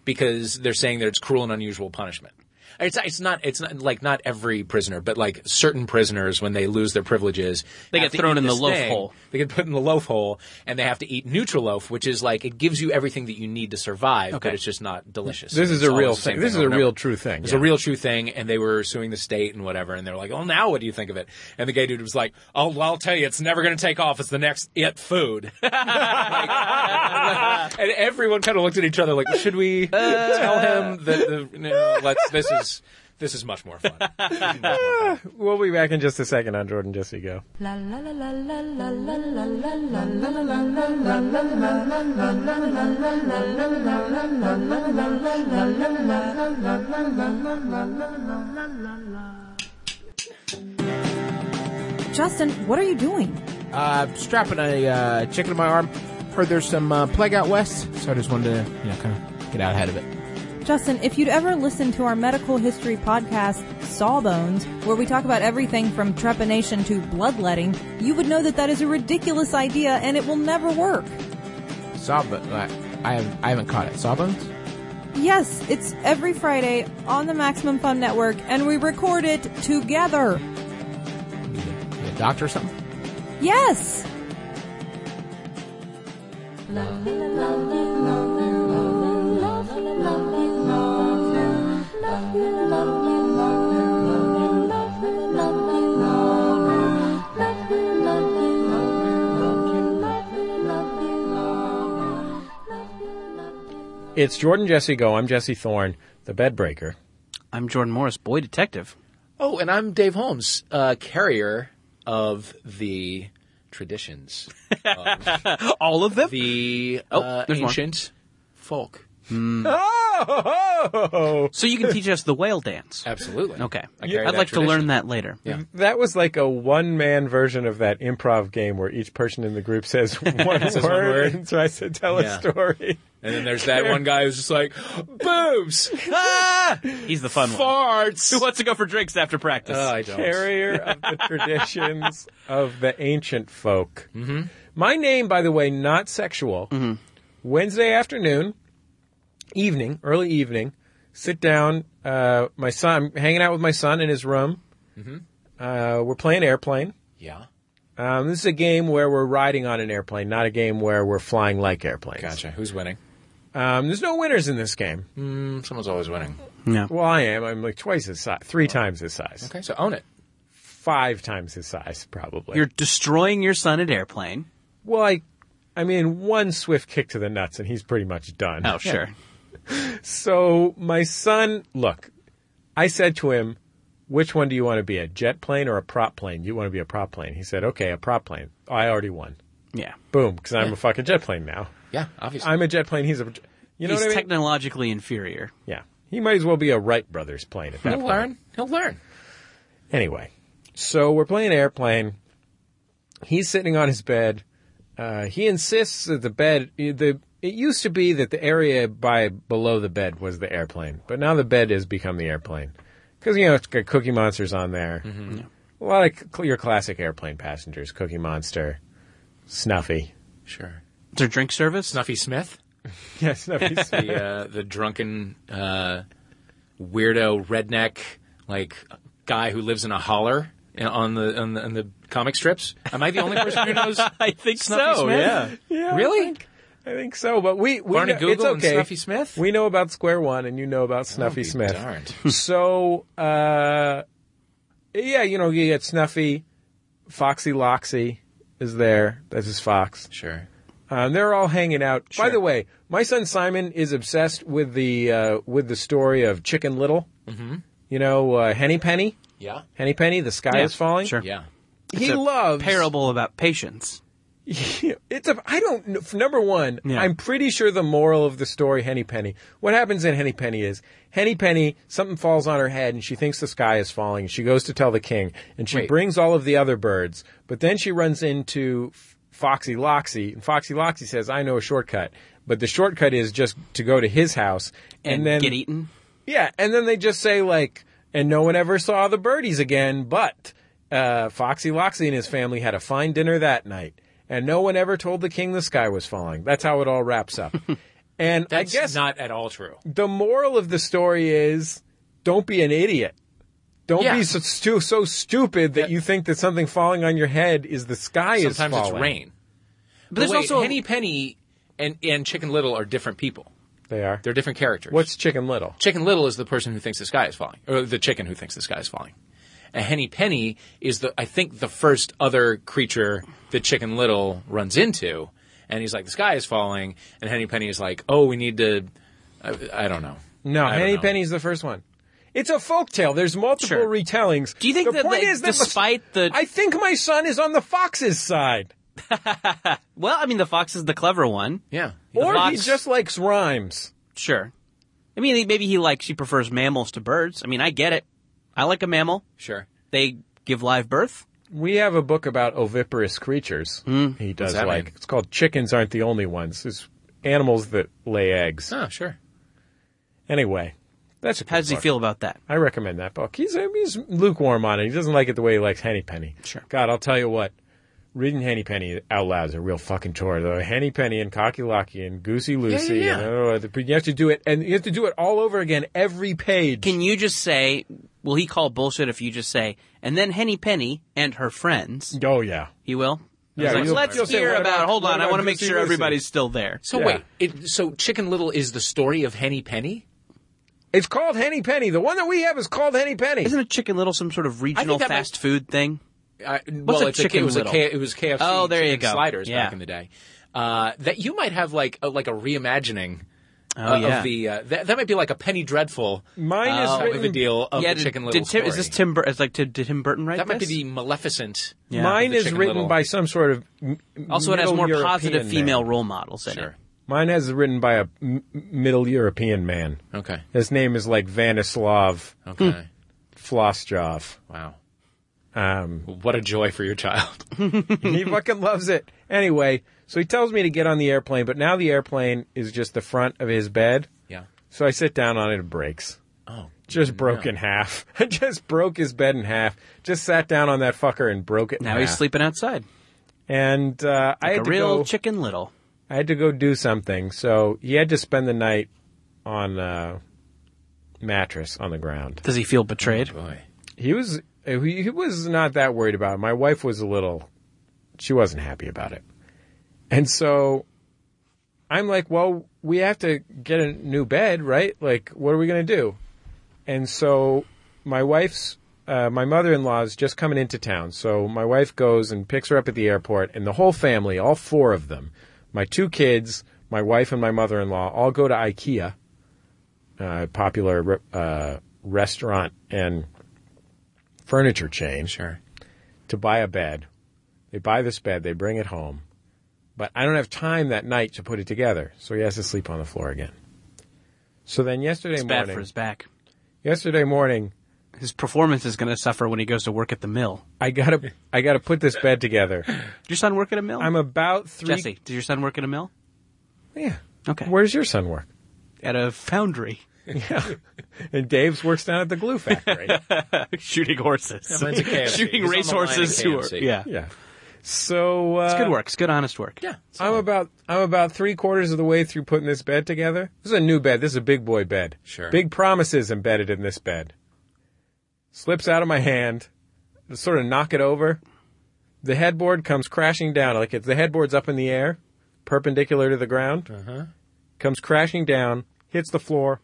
Speaker 4: because they're saying that it's cruel and unusual punishment. It's it's not it's not like not every prisoner, but like certain prisoners when they lose their privileges,
Speaker 3: They
Speaker 4: have
Speaker 3: get
Speaker 4: to
Speaker 3: thrown
Speaker 4: eat
Speaker 3: in the
Speaker 4: this
Speaker 3: loaf
Speaker 4: thing.
Speaker 3: hole.
Speaker 4: They get put in the loaf hole, and they have to eat Nutriloaf, which is like it gives you everything that you need to survive, but
Speaker 3: Okay.
Speaker 4: it's just not delicious.
Speaker 2: This is
Speaker 4: It's
Speaker 2: a real
Speaker 4: always the same
Speaker 2: thing. This is
Speaker 4: over
Speaker 2: a
Speaker 4: and
Speaker 2: real
Speaker 4: over.
Speaker 2: true thing.
Speaker 4: It's
Speaker 2: yeah.
Speaker 4: a real true thing, and they were suing the state and whatever, and they were like, "Well, now what do you think of it?" And the gay dude was like, "Oh, well, I'll tell you, it's never going to take off. It's the next it food." Like, and everyone kind of looked at each other like, "Should we tell him that the, no, let's, this is this is much more fun?"
Speaker 2: We'll be back in just a second on Jordan Jesse Go.
Speaker 1: La la la la la la la la la la.
Speaker 5: Justin, what are you doing?
Speaker 6: Uh, strapping a uh, chicken to my arm. Heard there's some uh, plague out west, so I just wanted to, you know, kind of get out ahead of it.
Speaker 5: Justin, if you'd ever listened to our medical history podcast, Sawbones, where we talk about everything from trepanation to bloodletting, you would know that that is a ridiculous idea and it will never work.
Speaker 6: Sawbones. I, I, haven't, I haven't caught it. Sawbones?
Speaker 5: Yes, it's every Friday on the Maximum Fun Network, and we record it together.
Speaker 6: You a, you a doctor or something?
Speaker 5: Yes!
Speaker 2: It's Jordan Jesse Go. I'm Jesse Thorne, the bed breaker.
Speaker 3: I'm Jordan Morris, boy detective.
Speaker 4: Oh, and I'm Dave Holmes, uh, carrier of the traditions,
Speaker 3: All of them.
Speaker 4: the
Speaker 3: Oh,
Speaker 4: uh,
Speaker 3: there's more.
Speaker 4: ancient folk.
Speaker 2: Oh,
Speaker 3: so you can teach us the whale dance.
Speaker 4: Absolutely.
Speaker 3: Okay.
Speaker 4: I carry
Speaker 3: I'd
Speaker 4: that
Speaker 3: like to learn
Speaker 4: tradition.
Speaker 3: that later. Yeah.
Speaker 2: that was like a one-man version of that improv game where each person in the group says one, word,
Speaker 4: one word.
Speaker 2: and tries to tell
Speaker 4: Yeah.
Speaker 2: a story.
Speaker 4: And then there's that one guy who's just like, boobs, ah,
Speaker 3: He's the fun one.
Speaker 4: farts.
Speaker 3: Who wants to go for drinks after practice?
Speaker 4: Oh, I don't.
Speaker 2: Carrier of the traditions of the ancient folk. Mm-hmm. My name, by the way, not sexual. Wednesday afternoon, evening, early evening, sit down. Uh, my son, I'm hanging out with my son in his room.
Speaker 4: Mm-hmm.
Speaker 2: Uh, we're playing airplane.
Speaker 4: Yeah.
Speaker 2: Um, this is a game where we're riding on an airplane, not a game where we're flying like airplanes.
Speaker 4: Gotcha. Who's winning? Mm,
Speaker 2: Um, there's no winners in this game.
Speaker 4: Someone's always winning.
Speaker 3: yeah.
Speaker 2: Well, I am. I'm like twice his size, three times his size,
Speaker 4: Oh. Okay, so own it.
Speaker 2: five times his size, probably.
Speaker 3: You're destroying your son at airplane.
Speaker 2: Well, I, I mean, one swift kick to the nuts, and he's pretty much done.
Speaker 3: Oh, sure.
Speaker 2: So my son, look, I said to him, "Which one do you want to be? A jet plane or a prop plane? You want to be a prop plane?" He said, "Okay, a prop plane. I already won.
Speaker 3: Yeah.
Speaker 2: Boom, because I'm a fucking jet plane now.
Speaker 4: Yeah, obviously.
Speaker 2: I'm a jet plane. He's a, you know what
Speaker 3: He's
Speaker 2: I mean?
Speaker 3: technologically inferior.
Speaker 2: yeah, he might as well be a Wright brothers plane at that
Speaker 4: He'll
Speaker 2: point.
Speaker 4: learn. He'll learn.
Speaker 2: Anyway, so we're playing airplane. He's sitting on his bed. Uh, he insists that the bed, the it used to be that the area by below the bed was the airplane, but now the bed has become the airplane because you know it's got Cookie Monsters on there. A lot of cl- your classic airplane passengers: Cookie Monster, Snuffy.
Speaker 4: Sure.
Speaker 3: Is there drink service?
Speaker 4: Snuffy Smith,
Speaker 2: Yeah, Snuffy's
Speaker 4: the uh, the drunken uh, weirdo redneck like guy who lives in a holler in- on the on the, on the comic strips. Am I the only person who knows?
Speaker 3: I think
Speaker 4: Snuffy
Speaker 3: so.
Speaker 4: Smith?
Speaker 3: Yeah.
Speaker 2: Yeah, I
Speaker 4: Really?
Speaker 2: think, I think so, but we, we
Speaker 4: Barney
Speaker 2: know, it's
Speaker 4: Google and
Speaker 2: okay.
Speaker 4: Snuffy Smith? Oh,
Speaker 2: We know about Square One, and you know about Snuffy
Speaker 4: be
Speaker 2: Smith.
Speaker 4: darned.
Speaker 2: so, uh, yeah, you know, you get Snuffy, Foxy Loxy is there. That's his fox.
Speaker 4: Sure.
Speaker 2: Um, they're all hanging out. By the way, my son Simon is obsessed with the uh, with the story of Chicken Little. Mm-hmm. You know, uh, Henny Penny.
Speaker 4: Yeah.
Speaker 2: Henny Penny, the sky
Speaker 3: Yeah,
Speaker 2: is falling.
Speaker 3: sure.
Speaker 4: Yeah.
Speaker 2: He
Speaker 3: It's a
Speaker 2: loves
Speaker 3: Parable about patience.
Speaker 2: it's a I don't know. Number one,
Speaker 3: Yeah.
Speaker 2: I'm pretty sure the moral of the story, Henny Penny. What happens in Henny Penny is Henny Penny something falls on her head and she thinks the sky is falling. She goes to tell the king and she
Speaker 4: Wait.
Speaker 2: brings all of the other birds, but then she runs into F- Foxy Loxy and Foxy Loxy says, "I know a shortcut." But the shortcut is just to go to his house and,
Speaker 3: and
Speaker 2: then
Speaker 3: get eaten.
Speaker 2: yeah, and then they just say like, and no one ever saw the birdies again. But uh, Foxy Loxy and his family had a fine dinner that night, and no one ever told the king the sky was falling. That's how it all wraps up. and
Speaker 4: That's
Speaker 2: I guess
Speaker 4: not at all true.
Speaker 2: the moral of the story is, don't be an idiot. Don't
Speaker 4: Yeah.
Speaker 2: be so, stu- so stupid that you think that something falling on your head is the sky is
Speaker 4: Sometimes it's
Speaker 2: falling.
Speaker 4: rain.
Speaker 3: But there's
Speaker 4: wait,
Speaker 3: also
Speaker 4: Henny Penny and and Chicken Little are different people.
Speaker 2: They are.
Speaker 4: They're different characters.
Speaker 2: What's Chicken Little?
Speaker 4: Chicken Little is the person who thinks the sky is falling, or the chicken who thinks the sky is falling. A Henny Penny is the I think the first other creature that Chicken Little runs into, and he's like the sky is falling, and Henny Penny is like, oh, we need to, I, I don't know.
Speaker 2: No,
Speaker 4: I don't
Speaker 2: Henny
Speaker 4: know.
Speaker 2: Penny's the first one. It's a folktale. There's multiple
Speaker 3: Sure.
Speaker 2: retellings.
Speaker 3: Do you think
Speaker 2: the
Speaker 3: that,
Speaker 2: point
Speaker 3: like,
Speaker 2: is that
Speaker 3: despite the-
Speaker 2: I think my son is on the fox's side,
Speaker 3: Well, I mean, the fox is the clever one.
Speaker 4: Yeah.
Speaker 2: or he
Speaker 3: fox-
Speaker 2: just likes rhymes.
Speaker 3: Sure. I mean, maybe he likes she prefers mammals to birds. I mean, I get it. I like a mammal.
Speaker 4: Sure.
Speaker 3: They give live birth.
Speaker 2: We have a book about oviparous creatures.
Speaker 3: Hmm?
Speaker 2: He does
Speaker 4: that
Speaker 2: like.
Speaker 4: mean?
Speaker 2: It's called "Chickens Aren't the Only Ones." It's animals that lay eggs.
Speaker 4: Oh, sure.
Speaker 2: Anyway, that's a
Speaker 3: How
Speaker 2: good
Speaker 3: does he
Speaker 2: book.
Speaker 3: feel about that?
Speaker 2: I recommend that book. He's he's lukewarm on it. He doesn't like it the way he likes Henny Penny.
Speaker 3: Sure.
Speaker 2: God, I'll tell you what. Reading Henny Penny out loud is a real fucking chore, though. Henny Penny and Cocky Locky and Goosey Lucy.
Speaker 4: yeah.
Speaker 2: And, oh, the, you have to do it, and you have to do it all over again every page.
Speaker 3: Can you just say, will he call bullshit if you just say, and then Henny Penny and her friends?
Speaker 2: oh yeah.
Speaker 3: He will?
Speaker 2: Yeah,
Speaker 3: He's like,
Speaker 2: you'll-
Speaker 3: let's
Speaker 2: you'll say,
Speaker 3: hear
Speaker 2: "What
Speaker 3: about,
Speaker 2: about-
Speaker 3: hold
Speaker 2: what
Speaker 3: on, I
Speaker 2: about
Speaker 3: want to make
Speaker 2: Goosey
Speaker 3: sure
Speaker 2: Lucy?"
Speaker 3: everybody's still there.
Speaker 4: So
Speaker 2: Yeah.
Speaker 4: wait, it, so Chicken Little is the story of Henny Penny.
Speaker 2: It's called Henny Penny. The one that we have is called Henny Penny.
Speaker 3: Isn't a Chicken Little some sort of regional
Speaker 4: that might-
Speaker 3: fast food thing?
Speaker 4: I, Uh, well,
Speaker 3: a
Speaker 4: it's a-
Speaker 3: Chicken
Speaker 4: it was
Speaker 3: Little?
Speaker 4: A K, it was KFC.
Speaker 3: Oh, there you
Speaker 4: chicken
Speaker 3: go.
Speaker 4: Sliders
Speaker 3: Yeah.
Speaker 4: back in the day. Uh, that you might have like a, like a reimagining.
Speaker 3: Oh,
Speaker 4: uh,
Speaker 3: yeah.
Speaker 4: Of the uh, that, that might be like a Penny Dreadful
Speaker 2: Mine is
Speaker 4: uh, type of
Speaker 2: written-
Speaker 4: a deal of
Speaker 3: yeah,
Speaker 4: the
Speaker 3: did,
Speaker 4: Chicken Little
Speaker 3: did Tim, is
Speaker 4: story.
Speaker 3: this Tim? Bur- is like did, did Tim Burton write
Speaker 4: That might be
Speaker 3: this?
Speaker 4: the Maleficent.
Speaker 3: Yeah.
Speaker 2: Mine
Speaker 4: The
Speaker 2: is
Speaker 4: Chicken
Speaker 2: written
Speaker 4: Little.
Speaker 2: by some sort of m-
Speaker 3: also, it has
Speaker 2: middle
Speaker 3: more
Speaker 2: European
Speaker 3: positive
Speaker 2: man.
Speaker 3: female role models in it.
Speaker 4: Sure.
Speaker 2: Mine has written by a m- middle European man.
Speaker 4: Okay.
Speaker 2: His name is like Vanislav
Speaker 4: Okay.
Speaker 2: Flosjov.
Speaker 4: Wow.
Speaker 2: Hmm. Um,
Speaker 4: What a joy for your child.
Speaker 2: he fucking loves it. Anyway, so he tells me to get on the airplane, but now the airplane is just the front of his bed.
Speaker 4: yeah.
Speaker 2: So I sit down on it and it breaks.
Speaker 4: Oh.
Speaker 2: Just broke in half. I just broke his bed in half. Just sat down on that fucker and broke it. in
Speaker 3: Now he's
Speaker 2: half.
Speaker 3: sleeping outside.
Speaker 2: And uh, I
Speaker 3: Like a
Speaker 2: had to
Speaker 3: real
Speaker 2: go.
Speaker 3: Chicken Little.
Speaker 2: I had to go do something. So he had to spend the night on a mattress on the ground.
Speaker 3: Does he feel betrayed?
Speaker 4: Boy.
Speaker 2: He was uh, he he was not that worried about it. My wife was a little she wasn't happy about it. And so I'm like, well, we have to get a new bed, right? Like what are we going to do? And so my wife's uh, my mother-in-law's just coming into town. So my wife goes and picks her up at the airport and the whole family, all four of them, my two kids, my wife and my mother-in-law all go to IKEA, uh, popular uh, restaurant and furniture chain
Speaker 4: Sure.
Speaker 2: to buy a bed. They buy this bed, they bring it home. But I don't have time that night to put it together, so he has to sleep on the floor again. So then yesterday
Speaker 3: It's bad
Speaker 2: morning,
Speaker 3: for his back.
Speaker 2: yesterday morning,
Speaker 3: His performance is going to suffer when he goes to work at the mill.
Speaker 2: I got to I got to put this bed together.
Speaker 3: Did your son work at a mill?
Speaker 2: I'm about 3
Speaker 3: Jesse, did your son work at a mill?
Speaker 2: Yeah.
Speaker 3: Okay.
Speaker 2: Where does your son work?
Speaker 3: At a foundry.
Speaker 2: And Dave's works down at the glue factory.
Speaker 3: Shooting horses.
Speaker 4: mine's a KFC.
Speaker 3: Shooting
Speaker 4: He's on the
Speaker 3: racehorses
Speaker 4: line
Speaker 3: who
Speaker 4: at
Speaker 3: are.
Speaker 4: KFC.
Speaker 3: Yeah.
Speaker 2: yeah. So uh
Speaker 3: It's good work. It's good, honest work.
Speaker 4: Yeah.
Speaker 2: I'm about I'm about three quarters of the way through putting this bed together. This is a new bed. This is a big boy bed.
Speaker 4: Sure.
Speaker 2: Big promises embedded in this bed. Slips out of my hand. Sort of knock it over. The headboard comes crashing down. Like it's the headboard's up in the air, perpendicular to the ground. Uh-huh. Comes crashing down, hits the floor,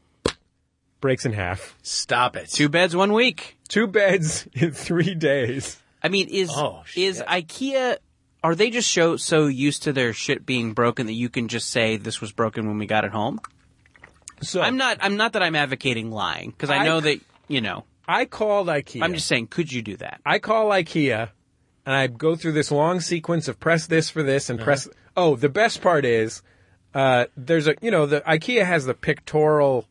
Speaker 2: breaks in half.
Speaker 4: Stop it.
Speaker 3: Two beds, one week.
Speaker 2: Two beds in three days.
Speaker 3: I mean, is
Speaker 4: Oh, shit.
Speaker 3: is IKEA? Are they just show, so used to their shit being broken that you can just say this was broken when we got it home?
Speaker 2: So
Speaker 3: I'm not. I'm not that I'm advocating lying because I
Speaker 2: I-
Speaker 3: know that you know.
Speaker 2: I called IKEA.
Speaker 3: I'm just saying, could you do that?
Speaker 2: I call IKEA. and I go through this long sequence of press this for this and press. Oh, the best part is uh, there's a you know the IKEA has the pictorial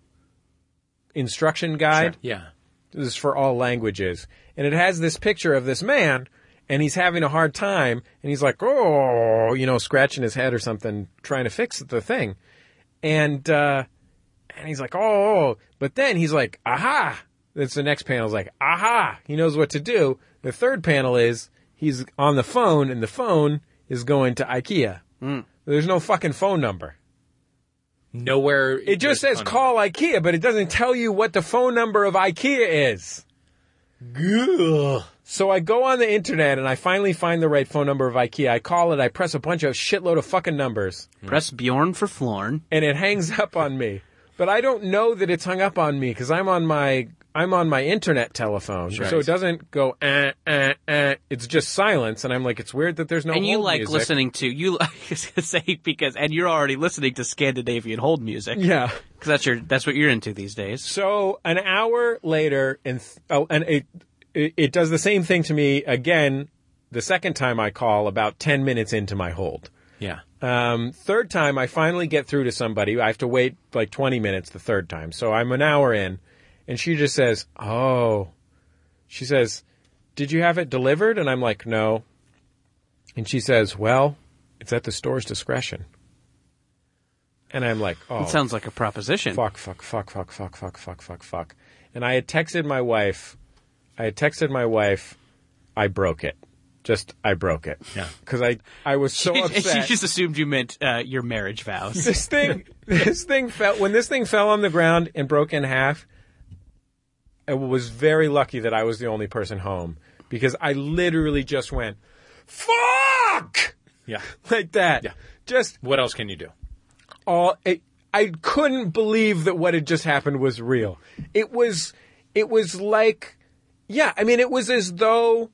Speaker 2: instruction guide.
Speaker 4: Yeah.
Speaker 2: This is for all languages. And it has this picture of this man, and he's having a hard time, and he's like, oh, you know, scratching his head or something, trying to fix the thing. And, uh, and he's like, oh, but then he's like, aha. That's the next panel is like, aha. He knows what to do. The third panel is he's on the phone, and the phone is going to IKEA. There's no fucking phone number.
Speaker 4: Nowhere.
Speaker 2: It just says call IKEA, but it doesn't tell you what the phone number of IKEA is. So I go on the internet and I finally find the right phone number of IKEA. I call it, I press a bunch of shitload of fucking numbers,
Speaker 3: Press Bjorn for Florn.
Speaker 2: and it hangs up on me. But I don't know that it's hung up on me because I'm on my I'm on my internet telephone, so it doesn't go. Eh, eh, eh. It's just silence, and I'm like, it's weird that there's no.
Speaker 3: and you
Speaker 2: hold
Speaker 3: like
Speaker 2: music.
Speaker 3: listening to you I was gonna say because and you're already listening to Scandinavian hold music
Speaker 2: Yeah.
Speaker 3: because that's your that's what you're into these days.
Speaker 2: So an hour later, and th- oh, and it, it it does the same thing to me again. The second time I call, about ten minutes into my hold.
Speaker 4: Yeah.
Speaker 2: Um, third time, I finally get through to somebody. I have to wait like 20 minutes the third time. So I'm an hour in, and she just says, Oh, she says, Did you have it delivered? And I'm like, No. And she says, Well, it's at the store's discretion. And I'm like, Oh,
Speaker 3: It sounds like a proposition.
Speaker 2: fuck, fuck, fuck, fuck, fuck, fuck, fuck, fuck, fuck. And I had texted my wife, I had texted my wife, I broke it. Just, I broke it.
Speaker 4: Yeah.
Speaker 2: Because I, I was so
Speaker 3: she,
Speaker 2: upset
Speaker 3: she just assumed you meant uh, your marriage vows.
Speaker 2: this thing this thing fell when this thing fell on the ground and broke in half i was very lucky that i was the only person home because i literally just went fuck
Speaker 4: Yeah.
Speaker 2: like that
Speaker 4: Yeah.
Speaker 2: just
Speaker 4: What else can you do?
Speaker 2: all it, i couldn't believe that what had just happened was real it was it was like yeah i mean it was as though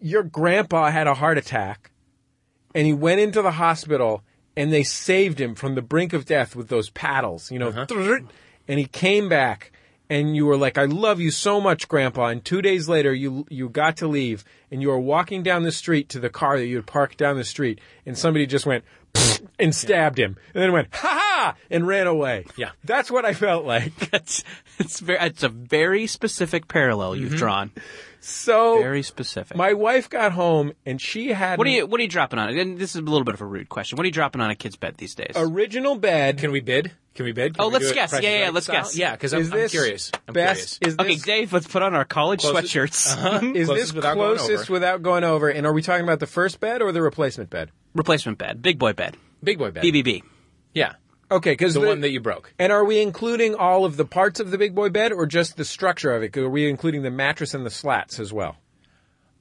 Speaker 2: your grandpa had a heart attack and he went into the hospital and they saved him from the brink of death with those paddles, you know.
Speaker 3: Uh-huh.
Speaker 2: And he came back and you were like, I love you so much, grandpa. And two days later, you, you got to leave and you were walking down the street to the car that you had parked down the street and somebody just went "Pfft," and stabbed him and then went, ha ha, and ran away.
Speaker 4: Yeah.
Speaker 2: That's what I felt like.
Speaker 3: that's it's very it's a very specific parallel you've drawn.
Speaker 2: So
Speaker 3: Very specific.
Speaker 2: Mm-hmm. Oh. my wife got home and she had
Speaker 3: what are you what are you dropping on it? And this is a little bit of a rude question. What are you dropping on a kid's bed these days?
Speaker 2: an original bed.
Speaker 4: Can we bid? Can we bid? Can
Speaker 3: Oh,
Speaker 4: we
Speaker 3: let's
Speaker 4: do it
Speaker 3: guess.
Speaker 4: Price
Speaker 3: Yeah,
Speaker 4: is
Speaker 3: yeah,
Speaker 4: Right
Speaker 3: let's
Speaker 4: style?
Speaker 3: guess.
Speaker 4: Yeah, because I'm,
Speaker 2: is
Speaker 4: I'm
Speaker 2: this
Speaker 4: curious. I'm
Speaker 2: best,
Speaker 4: curious.
Speaker 2: Is this Uh-huh.
Speaker 3: okay, Dave, let's put on our college
Speaker 4: Closest-
Speaker 3: sweatshirts.
Speaker 2: Is
Speaker 4: Uh-huh. Closest
Speaker 2: this
Speaker 4: without going
Speaker 2: closest
Speaker 4: over.
Speaker 2: without going over? And are we talking about the first bed or the replacement bed?
Speaker 3: Replacement bed, big boy bed,
Speaker 4: Big boy bed.
Speaker 3: BBB.
Speaker 4: Yeah.
Speaker 2: Okay, because
Speaker 4: The, one that you broke.
Speaker 2: And are we including all of the parts of the big boy bed or just the structure of it? Are we including the mattress and the slats as well?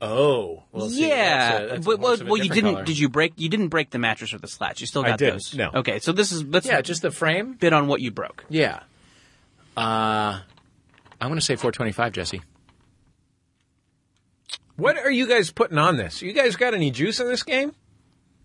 Speaker 4: Oh. Well, see,
Speaker 3: yeah.
Speaker 4: that's a- that's a
Speaker 3: well,
Speaker 4: horse of
Speaker 3: well,
Speaker 4: a
Speaker 3: you
Speaker 4: different
Speaker 3: didn't.
Speaker 4: color.
Speaker 3: Did you break? You didn't break the mattress or the slats. You still
Speaker 2: I
Speaker 3: got
Speaker 2: didn't,
Speaker 3: those.
Speaker 2: no.
Speaker 3: Okay. So this is let's
Speaker 4: Yeah, just the frame.
Speaker 3: bid on what you broke.
Speaker 4: Yeah. Uh, I'm going to say 425, Jesse.
Speaker 2: What are you guys putting on this? You guys got any juice in this game?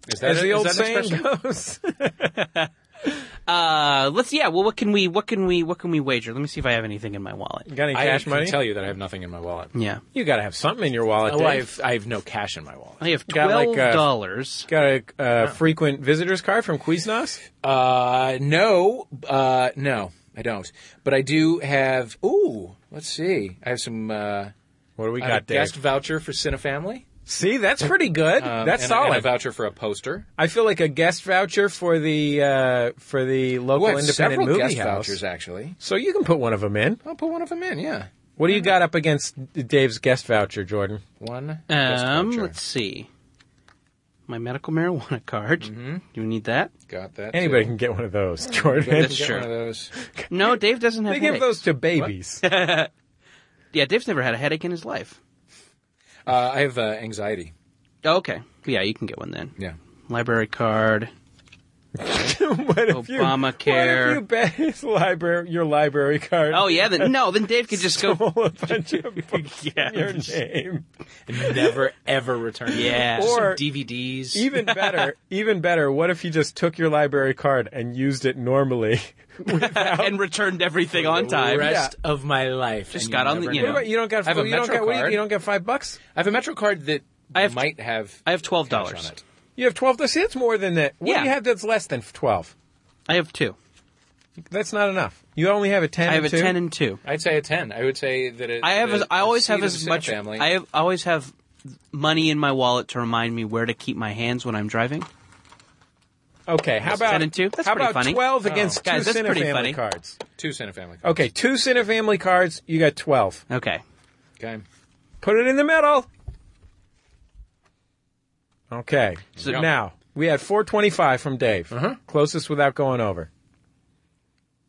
Speaker 4: Is
Speaker 2: As the
Speaker 4: is
Speaker 2: old
Speaker 4: that an
Speaker 2: saying
Speaker 4: expression?
Speaker 2: goes.
Speaker 3: Uh, let's. Yeah. Well, what can we? What can we? What can we wager? Let me see if I have anything in my wallet.
Speaker 2: got any
Speaker 4: I
Speaker 2: cash
Speaker 4: can
Speaker 2: money?
Speaker 4: tell you that I have nothing in my wallet.
Speaker 3: Yeah.
Speaker 2: you got to have something in your wallet.
Speaker 4: Oh,
Speaker 2: Dave.
Speaker 4: I have, I have no cash in my wallet.
Speaker 3: I have
Speaker 2: Got like,
Speaker 3: twelve
Speaker 2: uh,
Speaker 3: dollars.
Speaker 2: got a uh, frequent visitors card from Quiznos.
Speaker 4: Uh, no, uh, no, I don't. But I do have. Ooh, let's see. I have some. Uh,
Speaker 2: What do we
Speaker 4: I have a
Speaker 2: got, Dave?
Speaker 4: guest voucher for Cinefamily.
Speaker 2: See, that's pretty good.
Speaker 4: Um,
Speaker 2: that's
Speaker 4: and,
Speaker 2: solid.
Speaker 4: And a voucher for a poster.
Speaker 2: I feel like a guest voucher for the uh, for the
Speaker 4: Ooh,
Speaker 2: local
Speaker 4: I have
Speaker 2: independent
Speaker 4: several
Speaker 2: movie
Speaker 4: guest
Speaker 2: house.
Speaker 4: vouchers actually.
Speaker 2: So you can put one of them in.
Speaker 4: I'll put one of them in. Yeah,
Speaker 2: What do you got up against Dave's guest voucher, Jordan?
Speaker 4: one. guest
Speaker 3: Um,
Speaker 4: voucher.
Speaker 3: let's see. My medical marijuana card.
Speaker 4: Mm-hmm.
Speaker 3: Do you need that?
Speaker 4: Got that.
Speaker 2: Anybody
Speaker 4: too.
Speaker 2: can get one of those, Jordan.
Speaker 3: That's
Speaker 4: Get
Speaker 3: true.
Speaker 4: one of those.
Speaker 3: No, Dave doesn't have.
Speaker 2: they give
Speaker 3: headaches.
Speaker 2: those to babies.
Speaker 3: Yeah, Dave's never had a headache in his life.
Speaker 4: Uh, I have uh, anxiety.
Speaker 3: Oh, okay. Yeah, you can get one then.
Speaker 4: Yeah.
Speaker 3: Library card.
Speaker 2: what if you,
Speaker 3: Obamacare.
Speaker 2: What if you bet his library, your library card?
Speaker 3: Oh yeah. Then no. Then Dave could just go.
Speaker 2: stole a bunch of books in your name.
Speaker 4: Never ever return. them.
Speaker 3: Yeah.
Speaker 4: Some
Speaker 2: Or-
Speaker 4: DVDs.
Speaker 2: Even better, even better. What if you just took your library card and used it normally?
Speaker 3: and returned everything on time.
Speaker 4: Rest of my life.
Speaker 3: Just
Speaker 4: and
Speaker 3: got
Speaker 4: you
Speaker 3: on the-
Speaker 4: never
Speaker 3: you
Speaker 4: know.
Speaker 3: know.
Speaker 2: What about- You don't got.
Speaker 4: I have a
Speaker 2: you don't
Speaker 4: Metro
Speaker 2: got. What do you,
Speaker 4: card.
Speaker 2: you don't get five bucks.
Speaker 4: I have a Metro card that
Speaker 3: I have-
Speaker 4: might have.
Speaker 3: I have $12.
Speaker 4: cash on it.
Speaker 2: You have twelve. See, that's more than that. What
Speaker 3: Yeah.
Speaker 2: do you have that's less than twelve?
Speaker 3: I have two.
Speaker 2: That's not enough. You only have a ten.
Speaker 3: I have
Speaker 2: and
Speaker 3: a
Speaker 2: two?
Speaker 3: ten and two.
Speaker 4: I'd say a ten. I would say that it,
Speaker 3: I have. As,
Speaker 4: the-
Speaker 3: I always
Speaker 4: the
Speaker 3: have
Speaker 4: seed of
Speaker 3: as
Speaker 4: the
Speaker 3: much.
Speaker 4: Family.
Speaker 3: I have, I always have money in my wallet to remind me where to keep my hands when I'm driving.
Speaker 2: Okay, how about
Speaker 3: 10 and two? That's
Speaker 2: how
Speaker 3: pretty
Speaker 2: about
Speaker 3: funny. Oh.
Speaker 2: twelve against two
Speaker 3: Guys, that's
Speaker 2: Cine
Speaker 3: pretty
Speaker 2: family
Speaker 3: funny.
Speaker 2: cards?
Speaker 4: two Santa family. Cards.
Speaker 2: Okay, two Cine family cards. You got twelve.
Speaker 3: Okay.
Speaker 4: Okay.
Speaker 2: Put it in the middle. Okay, so
Speaker 4: Yeah.
Speaker 2: now we had four twenty-five from Dave.
Speaker 3: Uh-huh.
Speaker 2: Closest without going over.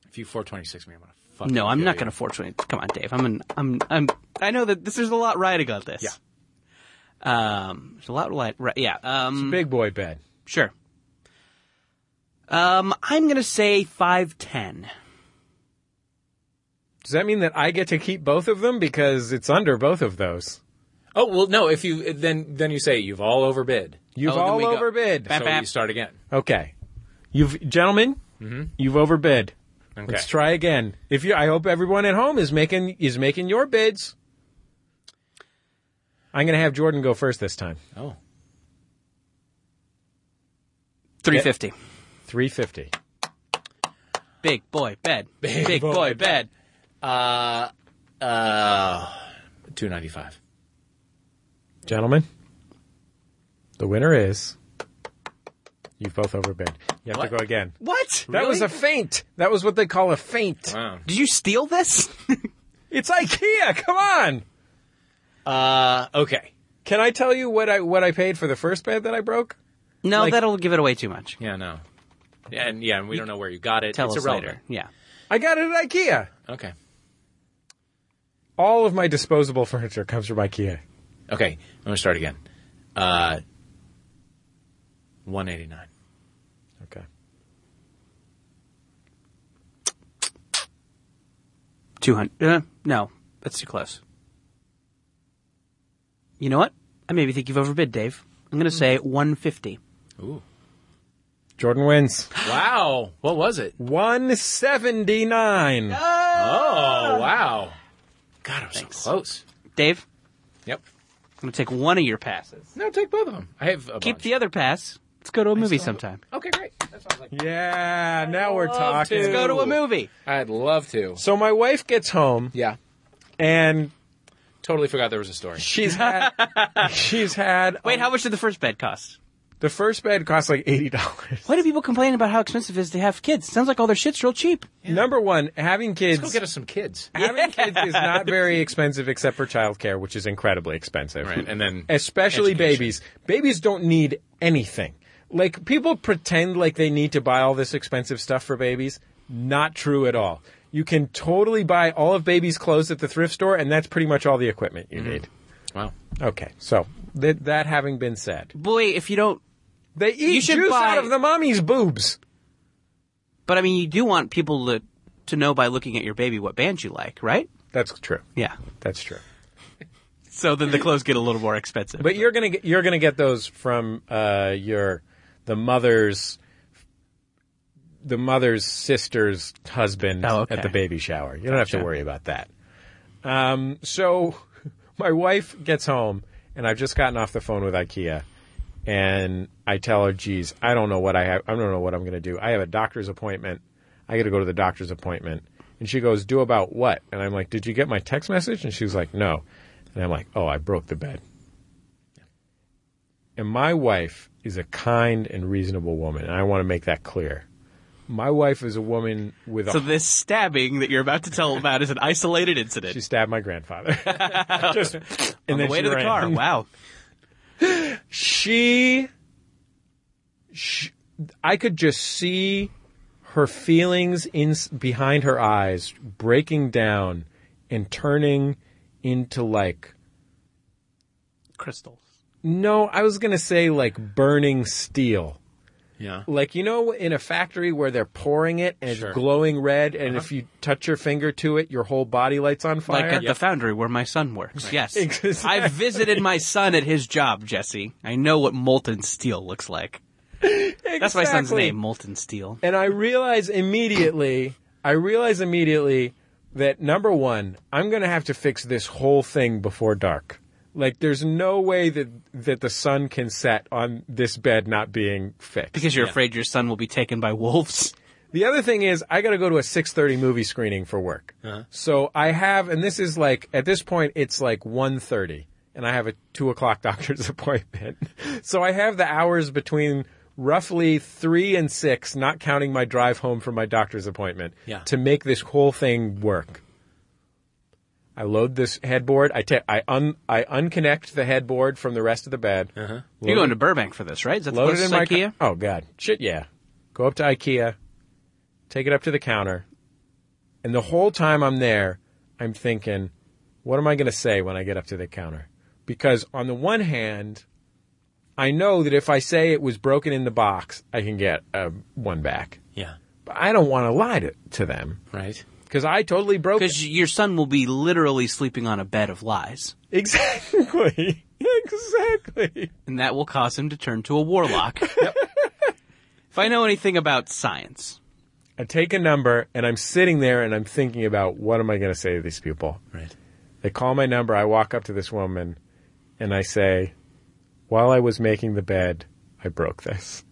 Speaker 4: If you four twenty six me, I'm gonna. Fucking
Speaker 3: No, I'm
Speaker 4: kill
Speaker 3: not
Speaker 4: you.
Speaker 3: going to fortunately. Come on, Dave. I'm. An, I'm. I'm. I know that this, there's a lot riding on this.
Speaker 4: Yeah.
Speaker 3: Um. There's a lot li- ri- Yeah. Um.
Speaker 2: Big boy bed.
Speaker 3: Sure. Um. I'm going to say five ten.
Speaker 2: Does that mean that I get to keep both of them because it's under both of those?
Speaker 4: Oh well, no. If you then then you say you've all overbid.
Speaker 2: You've
Speaker 3: Oh, then
Speaker 2: all
Speaker 3: we go-
Speaker 2: overbid.
Speaker 3: Bap,
Speaker 4: so
Speaker 3: bap.
Speaker 4: you start again.
Speaker 2: Okay, you've gentlemen, you've overbid.
Speaker 4: Mm-hmm. Okay.
Speaker 2: Let's try again. If you, I hope everyone at home is making is making your bids. I'm going to have Jordan go first this time.
Speaker 4: Oh,
Speaker 3: Three fifty.
Speaker 2: Three fifty.
Speaker 3: Big boy bed. Big, boy, bed.
Speaker 4: two ninety five.
Speaker 2: Gentlemen, the winner is. You've both overbid. You have
Speaker 4: What?
Speaker 2: to go again.
Speaker 3: What?
Speaker 2: That was a
Speaker 3: Really?
Speaker 2: feint. That was what they call a feint.
Speaker 4: Wow.
Speaker 3: Did you steal this?
Speaker 2: It's IKEA. Come on.
Speaker 4: Uh, okay.
Speaker 2: Can I tell you what I what I paid for the first bed that I broke?
Speaker 3: no,
Speaker 2: Like-
Speaker 3: that'll give it away too much.
Speaker 4: Yeah. No. Yeah, and yeah, and we don't know where you got it.
Speaker 3: Tell
Speaker 4: it's
Speaker 3: us
Speaker 4: irrelevant.
Speaker 3: later. Yeah.
Speaker 2: I got it at IKEA.
Speaker 4: Okay.
Speaker 2: All of my disposable furniture comes from IKEA.
Speaker 4: Okay. I'm gonna start again. Uh, one eighty nine.
Speaker 2: Okay.
Speaker 3: Two hundred. Uh, no, that's too close. You know what? I maybe think you've overbid, Dave. I'm going to say one fifty.
Speaker 4: Ooh.
Speaker 2: Jordan wins.
Speaker 4: Wow. What was it?
Speaker 2: 179.
Speaker 4: Oh wow. God, I was
Speaker 3: Thanks.
Speaker 4: so close.
Speaker 3: Dave,
Speaker 4: Yep.
Speaker 3: I'm going to take one of your passes.
Speaker 4: No, take both of them. I have a
Speaker 3: Keep
Speaker 4: bunch.
Speaker 3: the other pass. Let's go to a movie sometime.
Speaker 4: Okay, great. That sounds like.
Speaker 2: Yeah, now we're
Speaker 4: love
Speaker 2: talking.
Speaker 4: to.
Speaker 3: Let's go to a movie.
Speaker 4: I'd love to.
Speaker 2: So my wife gets home
Speaker 4: Yeah.
Speaker 2: and
Speaker 4: Totally forgot there was a story.
Speaker 2: she's had she's had um,
Speaker 3: Wait, how much did the first bed cost?
Speaker 2: the first bed cost like eighty dollars.
Speaker 3: Why do people complain about how expensive it is to have kids? Sounds like all their shit's real cheap.
Speaker 2: Number one, having kids
Speaker 4: Let's go get us some kids.
Speaker 2: having kids is not very expensive except for childcare, which is incredibly expensive.
Speaker 4: Right, and then
Speaker 2: especially
Speaker 4: education.
Speaker 2: babies. Babies don't need anything. Like people pretend like they need to buy all this expensive stuff for babies. Not true at all. You can totally buy all of babies' clothes at the thrift store, and that's pretty much all the equipment
Speaker 4: Mm-hmm.
Speaker 2: you need.
Speaker 4: Wow.
Speaker 2: Okay, so th- that having been said,
Speaker 3: Boy, if you don't.
Speaker 2: they eat
Speaker 3: You should
Speaker 2: juice
Speaker 3: buy-
Speaker 2: out of the mommy's boobs.
Speaker 3: But I mean, you do want people to to know by looking at your baby what band you like, right?
Speaker 2: That's true.
Speaker 3: Yeah.
Speaker 2: That's true.
Speaker 3: So then the clothes get a little more expensive.
Speaker 2: But you're gonna get, you're gonna get those from uh, your the mother's the mother's sister's husband
Speaker 3: Oh, okay.
Speaker 2: at the baby shower. You don't have to worry about that. Um, so my wife gets home and I've just gotten off the phone with IKEA and I tell her, "Geez, I don't know what I have. I don't know what I'm gonna do. I have a doctor's appointment. I got to go to the doctor's appointment." And she goes, "Do about what?" And I'm like, "Did you get my text message?" And she was like, "No." And I'm like, "Oh, I broke the bed." and my wife is a kind and reasonable woman, and I want to make that clear. My wife is a woman with
Speaker 3: So
Speaker 2: a.
Speaker 3: this stabbing that you're about to tell about is an isolated incident.
Speaker 2: she stabbed my grandfather. Just and
Speaker 3: on the
Speaker 2: then
Speaker 3: way
Speaker 2: she
Speaker 3: to the
Speaker 2: ran.
Speaker 3: car. Wow.
Speaker 2: She, she, I could just see her feelings in behind her eyes breaking down and turning into like
Speaker 3: Crystals.
Speaker 2: no, I was gonna say like burning steel.
Speaker 4: Yeah.
Speaker 2: like you know in a factory where they're pouring it and
Speaker 4: Sure.
Speaker 2: it's glowing red and if you touch your finger to it your whole body lights on
Speaker 3: Uh-huh. Like
Speaker 2: fire
Speaker 3: at the foundry where my son works. Yes.
Speaker 2: Exactly.
Speaker 3: I've visited my son at his job, Jesse. I know what molten steel looks like. That's my son's
Speaker 2: Exactly.
Speaker 3: name, Molten Steel.
Speaker 2: and i realize immediately i realize immediately that number one i'm going to have to fix this whole thing before dark Like, there's no way that that the sun can set on this bed not being fixed.
Speaker 3: because you're afraid your son will be taken by wolves.
Speaker 2: The other thing is I got to go to a 6:30 movie screening for work. So I have, and this is like at this point it's like 1:30, and I have a two o'clock doctor's appointment. so I have the hours between roughly three and six, not counting my drive home from my doctor's appointment,
Speaker 4: Yeah.
Speaker 2: to make this whole thing work. I load this headboard. I ta- I un I unconnect the headboard from the rest of the bed. Uh-huh.
Speaker 3: You're going to Burbank for this, right? Is that the
Speaker 2: Load it
Speaker 3: closest
Speaker 2: in my
Speaker 3: IKEA?
Speaker 2: oh god, shit, yeah. Go up to IKEA, take it up to the counter, and the whole time I'm there, I'm thinking, what am I going to say when I get up to the counter? Because on the one hand, I know that if I say it was broken in the box, I can get uh, one back.
Speaker 4: Yeah.
Speaker 2: But I don't want to lie to, to them
Speaker 4: Right.
Speaker 2: because I totally broke it.
Speaker 3: Because your son will be literally sleeping on a bed of lies,
Speaker 2: Exactly. exactly.
Speaker 3: and that will cause him to turn to a warlock. If I know anything about science,
Speaker 2: I take a number and I'm sitting there and I'm thinking about what am I going to say to these people?
Speaker 4: Right.
Speaker 2: They call my number. I walk up to this woman and I say, While I was making the bed, I broke this.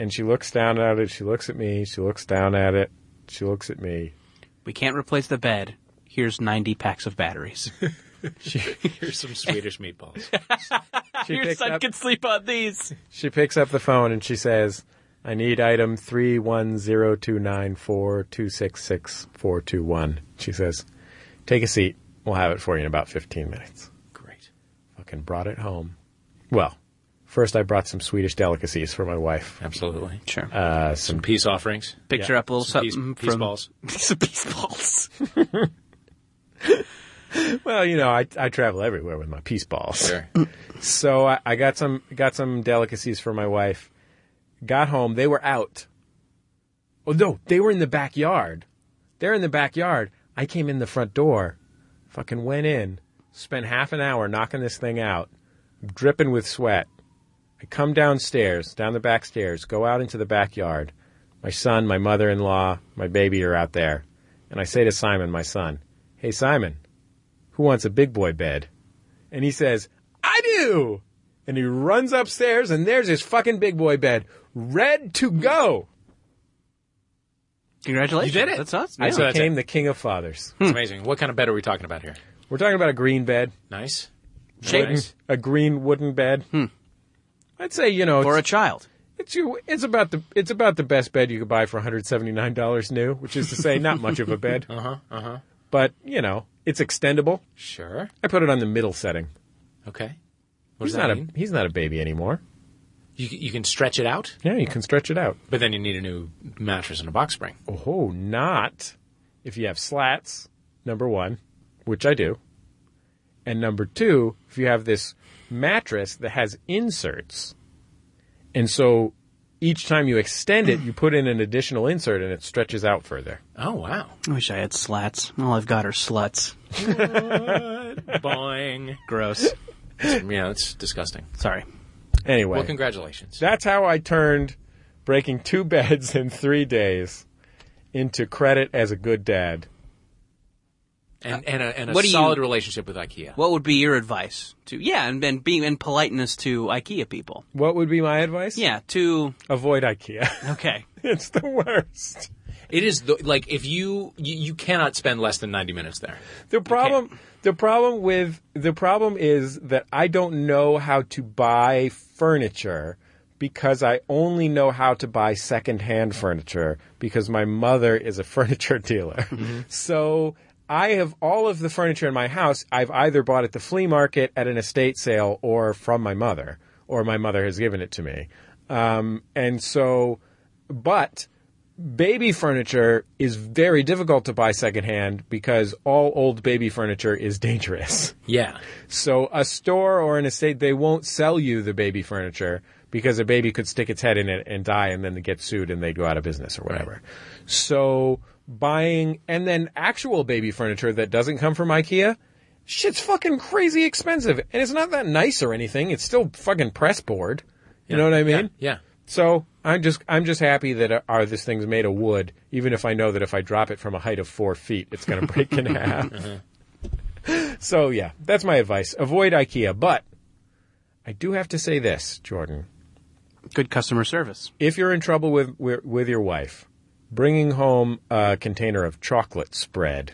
Speaker 2: And she looks down at it. She looks at me. She looks down at it. She looks at me.
Speaker 3: we can't replace the bed. Here's 90 packs of batteries.
Speaker 4: Here's some Swedish meatballs.
Speaker 2: She, picks up,
Speaker 3: sleep on these.
Speaker 2: she picks up the phone and she says, I need item 3102942666421. She says, Take a seat. We'll have it for you in about 15 minutes.
Speaker 4: Great.
Speaker 2: Fucking brought it home. Well, first I brought some Swedish delicacies for my wife.
Speaker 4: Absolutely.
Speaker 3: Sure.
Speaker 2: Uh, some
Speaker 4: Some peace offerings.
Speaker 3: Picture up a little
Speaker 4: Some peace,
Speaker 3: something
Speaker 4: peace
Speaker 3: from
Speaker 4: balls.
Speaker 3: Some peace balls.
Speaker 2: Well, you know, I, I travel everywhere with my peace balls.
Speaker 4: Sure.
Speaker 2: So I, I got some got some delicacies for my wife. Got home, they were out. Oh no, they were in the backyard. They're in the backyard. I came in the front door, fucking went in, spent half an hour knocking this thing out, dripping with sweat. I come downstairs, down the back stairs, go out into the backyard. My son, my mother in law, my baby are out there. And I say to Simon, my son, Hey Simon, who wants a big boy bed? And he says, I do! And he runs upstairs and there's his fucking big boy bed, ready to go!
Speaker 3: Congratulations.
Speaker 4: You did it.
Speaker 3: That's awesome.
Speaker 2: I
Speaker 4: So that's
Speaker 2: became the king of fathers.
Speaker 4: It's amazing. What kind of bed are we talking about here?
Speaker 2: We're talking about a green bed,
Speaker 4: Nice.
Speaker 3: Shaped
Speaker 4: Nice.
Speaker 2: a green wooden bed.
Speaker 4: Hmm.
Speaker 2: I'd say, you know,
Speaker 3: for a
Speaker 2: it's,
Speaker 3: child.
Speaker 2: it's, you, it's about the it's about the best bed you could buy for $179 new, which is to say, not much of a bed. Uh
Speaker 4: Uh-huh,
Speaker 2: huh, uh huh. But, you know, it's extendable.
Speaker 4: Sure.
Speaker 2: I put it on the middle setting.
Speaker 4: Okay. What
Speaker 2: He's
Speaker 4: does that
Speaker 2: not, a,
Speaker 4: mean?
Speaker 2: he's not a baby anymore.
Speaker 4: You, you can stretch it out,
Speaker 2: Yeah, you can stretch it out.
Speaker 4: but then you need a new mattress and a box spring.
Speaker 2: Oh, not if you have slats, number one, which I do. And number two, if you have this mattress that has inserts. And so each time you extend it, you put in an additional insert and it stretches out further.
Speaker 4: Oh, wow.
Speaker 3: I wish I had slats. All I've got are sluts.
Speaker 4: Boing.
Speaker 3: Gross.
Speaker 4: yeah, it's disgusting.
Speaker 3: Sorry.
Speaker 2: Anyway,
Speaker 4: Well, congratulations.
Speaker 2: that's how I turned breaking two beds in three days into credit as a good dad.
Speaker 4: and and a, and a
Speaker 3: What do you-
Speaker 4: solid relationship with IKEA.
Speaker 3: What would be your advice to yeah, and, and being and politeness to IKEA people?
Speaker 2: What would be my advice?
Speaker 3: Yeah, to
Speaker 2: Avoid IKEA.
Speaker 3: okay.
Speaker 2: it's the worst.
Speaker 4: It is the, like if you, you you cannot spend less than ninety minutes there.
Speaker 2: The problem, the problem with the problem is that I don't know how to buy furniture because I only know how to buy secondhand furniture because my mother is a furniture dealer. So I have all of the furniture in my house. I've either bought at the flea market at an estate sale or from my mother, or my mother has given it to me. Um, and so, but baby furniture is very difficult to buy secondhand because all old baby furniture is dangerous.
Speaker 4: Yeah,
Speaker 2: So a store or an estate, they won't sell you the baby furniture because a baby could stick its head in it and die and then they get sued and they go out of business or whatever. So buying and then actual baby furniture that doesn't come from IKEA, shit's fucking crazy expensive. And it's not that nice or anything. It's still fucking press board. You know what I mean?
Speaker 4: yeah.
Speaker 2: So I'm just I'm just happy that uh, are this thing's made of wood, even if I know that if I drop it from a height of four feet, it's going to break in half.
Speaker 3: Uh-huh.
Speaker 2: So yeah, that's my advice. Avoid IKEA, but I do have to say this, Jordan.
Speaker 3: Good customer service.
Speaker 2: If you're in trouble with with, with your wife, bringing home a container of chocolate spread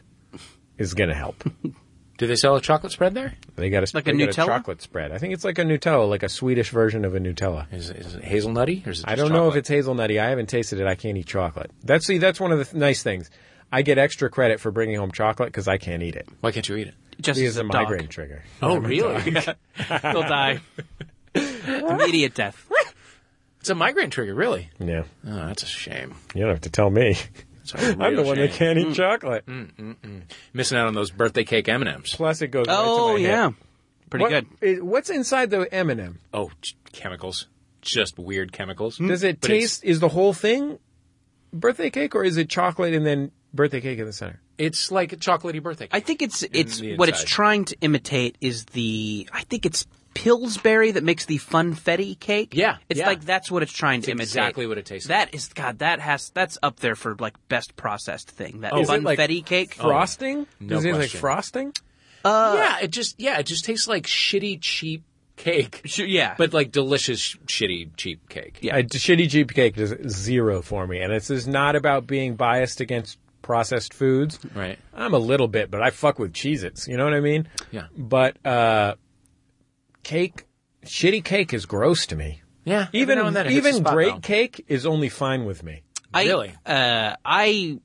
Speaker 2: is going to help.
Speaker 4: Do they sell a chocolate spread there?
Speaker 2: They got a
Speaker 3: Like a
Speaker 2: they got
Speaker 3: Nutella?
Speaker 2: chocolate spread. I think it's like a Nutella, like a Swedish version of a Nutella.
Speaker 4: Is, is it hazelnutty? Or is it
Speaker 2: I don't know if it's hazelnutty. I haven't tasted it. I can't eat chocolate. That's see, that's one of the th- nice things. I get extra credit for bringing home chocolate because I can't eat it.
Speaker 4: Why can't you eat it?
Speaker 3: Just
Speaker 2: It's
Speaker 3: as
Speaker 2: a
Speaker 3: a dog.
Speaker 2: migraine trigger.
Speaker 4: Oh, really?
Speaker 3: He'll die. Immediate death.
Speaker 4: it's a migraine trigger, really?
Speaker 2: Yeah,
Speaker 4: Oh, that's a shame.
Speaker 2: you don't have to tell me.
Speaker 4: That's a
Speaker 2: I'm
Speaker 4: real
Speaker 2: the one that
Speaker 4: shame.
Speaker 2: can't eat chocolate.
Speaker 4: missing out on those birthday cake M and M's.
Speaker 2: Plus, it goes.
Speaker 3: Oh
Speaker 2: right to my
Speaker 3: yeah,
Speaker 2: hip.
Speaker 3: pretty
Speaker 2: What-
Speaker 3: good.
Speaker 2: it- what's inside the M and m
Speaker 4: Oh, j- chemicals, just weird chemicals.
Speaker 3: Hmm.
Speaker 2: Does it
Speaker 4: Mm. But it's-
Speaker 2: taste? Is the whole thing birthday cake, or is it chocolate and then birthday cake in the center?
Speaker 4: It's like a chocolatey birthday.
Speaker 3: I
Speaker 4: Cake.
Speaker 3: think it's it's
Speaker 4: the
Speaker 3: what it's
Speaker 4: inside.
Speaker 3: trying to imitate is the I think it's Pillsbury that makes the funfetti cake.
Speaker 4: Yeah,
Speaker 3: it's
Speaker 4: yeah.
Speaker 3: like that's what it's trying to imitate.
Speaker 4: exactly what it tastes
Speaker 3: That is God. That has that's up there for like best processed thing. That
Speaker 4: Oh. Is
Speaker 2: it like
Speaker 3: funfetti cake.
Speaker 2: Frosting?
Speaker 4: no
Speaker 2: Does it taste like
Speaker 4: question.
Speaker 2: frosting?
Speaker 4: yeah, it just yeah, it just tastes like shitty cheap cake.
Speaker 3: Sh- yeah.
Speaker 4: but like delicious sh- shitty cheap cake.
Speaker 3: Yeah.
Speaker 2: A d- shitty cheap cake does zero for me, and this is not about being biased against processed foods.
Speaker 4: Right.
Speaker 2: I'm a little bit, but I fuck with Cheez-Its. You know what I mean?
Speaker 4: Yeah.
Speaker 2: But uh, cake, shitty cake is gross to me.
Speaker 4: Yeah. every
Speaker 2: Even
Speaker 4: now and then it hits the
Speaker 2: even
Speaker 4: spot,
Speaker 2: great
Speaker 4: though.
Speaker 2: cake is only fine with me.
Speaker 3: I,
Speaker 4: really?
Speaker 3: Uh, I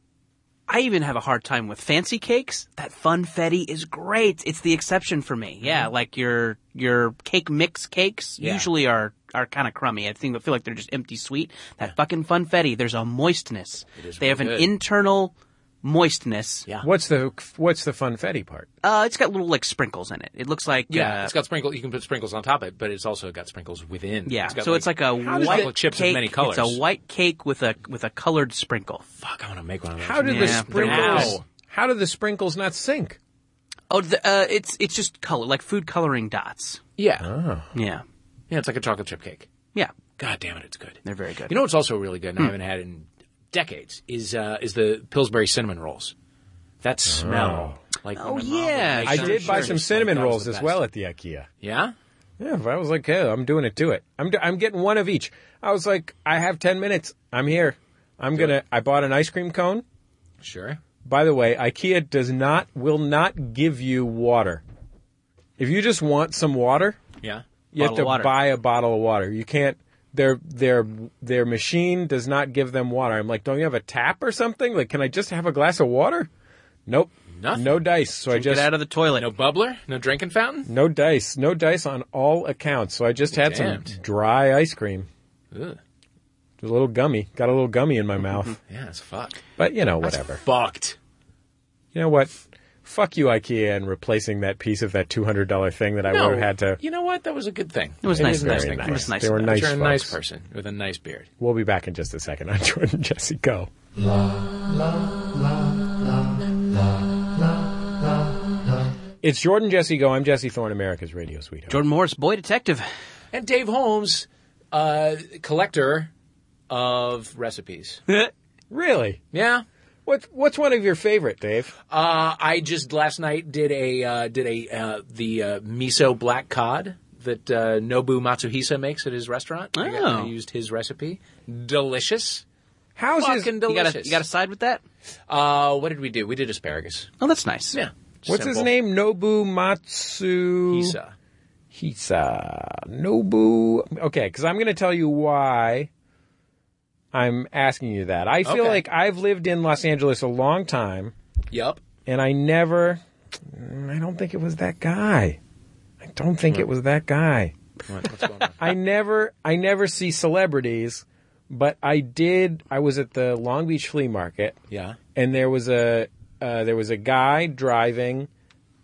Speaker 3: I even have a hard time with fancy cakes. That funfetti is great. It's the exception for me. Yeah, like your your cake mix cakes
Speaker 4: Yeah.
Speaker 3: usually are are kind of crummy. I think I feel like they're just empty sweet. That fucking funfetti. There's a moistness. they have
Speaker 4: really
Speaker 3: an
Speaker 4: good.
Speaker 3: internal moistness.
Speaker 4: Yeah.
Speaker 2: What's the what's the funfetti part?
Speaker 3: Uh, it's got little like sprinkles in it. It looks like
Speaker 4: Yeah,
Speaker 3: uh,
Speaker 4: it's got sprinkles. You can put sprinkles on top of it, but it's also got sprinkles within.
Speaker 3: yeah.
Speaker 4: got
Speaker 3: so it's like a
Speaker 4: does
Speaker 3: white
Speaker 4: that- chips of
Speaker 3: cake.
Speaker 4: many colors.
Speaker 3: It's a white cake with a with a colored sprinkle.
Speaker 4: fuck. I want to make one of those.
Speaker 2: How did
Speaker 3: Yeah,
Speaker 2: the
Speaker 3: they're
Speaker 2: sprinkles?
Speaker 4: nice.
Speaker 2: How did the sprinkles not sink?
Speaker 3: Oh, the, uh, it's it's just color like food coloring dots.
Speaker 4: Yeah,
Speaker 3: Yeah,
Speaker 4: yeah, it's like a chocolate chip cake.
Speaker 3: yeah.
Speaker 4: God damn it, it's good.
Speaker 3: They're very good.
Speaker 4: You know what's also really
Speaker 2: Hmm.
Speaker 4: good, and I haven't had in decades, is uh, is the Pillsbury cinnamon rolls. That
Speaker 2: Oh.
Speaker 4: smell, like
Speaker 3: Oh,
Speaker 4: when my mom would
Speaker 3: yeah.
Speaker 4: make
Speaker 2: I
Speaker 4: them,
Speaker 2: did buy
Speaker 4: sure.
Speaker 2: some
Speaker 4: Like,
Speaker 2: cinnamon
Speaker 4: that was
Speaker 2: rolls
Speaker 4: the
Speaker 2: as
Speaker 4: best.
Speaker 2: well at the IKEA.
Speaker 4: Yeah,
Speaker 2: Yeah, if I was like, hey, I'm doing it to it. I'm, do- I'm getting one of each. I was like, I have 10 minutes. I'm here. I'm going to, I bought an ice cream cone.
Speaker 4: sure.
Speaker 2: By the way, IKEA does not, will not give you water. If you just want some water,
Speaker 4: Yeah,
Speaker 2: you
Speaker 3: Bottle
Speaker 2: have
Speaker 3: of
Speaker 2: to
Speaker 3: water.
Speaker 2: buy a bottle of water. You can't, their, their, their machine does not give them water. I'm like, don't you have a tap or something? Like, can I just have a glass of water? Nope.
Speaker 4: Nothing.
Speaker 2: No dice. So I
Speaker 3: Get
Speaker 2: just,
Speaker 3: out of the toilet.
Speaker 4: no bubbler, no drinking fountain.
Speaker 2: no dice. No dice on all accounts. So I just had some
Speaker 4: Damned.
Speaker 2: dry ice cream.
Speaker 4: Ugh.
Speaker 2: It was a little gummy. Got a little gummy in my mouth.
Speaker 4: Yeah, it's fucked.
Speaker 2: But you know, whatever.
Speaker 4: Fucked.
Speaker 2: You know what? Fuck you, IKEA, and replacing that piece of that two hundred dollar thing that I
Speaker 4: No,
Speaker 2: would have had to.
Speaker 4: You know what? That was a good thing.
Speaker 3: It was
Speaker 2: It
Speaker 3: nice.
Speaker 2: is
Speaker 3: of them.
Speaker 2: very
Speaker 3: It was nice.
Speaker 2: They were
Speaker 3: of them.
Speaker 2: nice.
Speaker 4: You're a nice
Speaker 2: folks.
Speaker 4: person with a nice beard.
Speaker 2: We'll be back in just a second on Jordan Jesse Go. It's Jordan Jesse Go. I'm Jesse Thorne, America's radio sweetheart.
Speaker 3: Jordan Morris, boy detective.
Speaker 4: And Dave Holmes, uh, collector of recipes.
Speaker 2: really?
Speaker 4: yeah.
Speaker 2: What's what's one of your favorite, Dave?
Speaker 4: Uh, I just last night did a uh, did a uh, the uh, miso black cod that uh, Nobu Matsuhisa makes at his restaurant. I, got-
Speaker 3: Oh.
Speaker 4: I used his recipe. Delicious.
Speaker 2: How's his?
Speaker 4: Fucking
Speaker 3: you got
Speaker 4: delicious.
Speaker 3: to side with that.
Speaker 4: uh, what did we do? We did asparagus.
Speaker 3: Oh, that's nice.
Speaker 4: Yeah.
Speaker 2: What's his
Speaker 4: Simple. uh,
Speaker 2: name? Nobu Matsu.
Speaker 4: Hisa.
Speaker 2: Hisa Nobu. Okay, because I'm going to tell you why I'm asking you that. I feel
Speaker 4: Okay.
Speaker 2: like I've lived in Los Angeles a long time,
Speaker 4: Yup.
Speaker 2: and I never. I don't think it was that guy. I don't think it was that guy.
Speaker 4: What- what's going on?
Speaker 2: I never. I never see celebrities, but I did. I was at the Long Beach flea market,
Speaker 4: Yeah.
Speaker 2: and there was a uh, there was a guy driving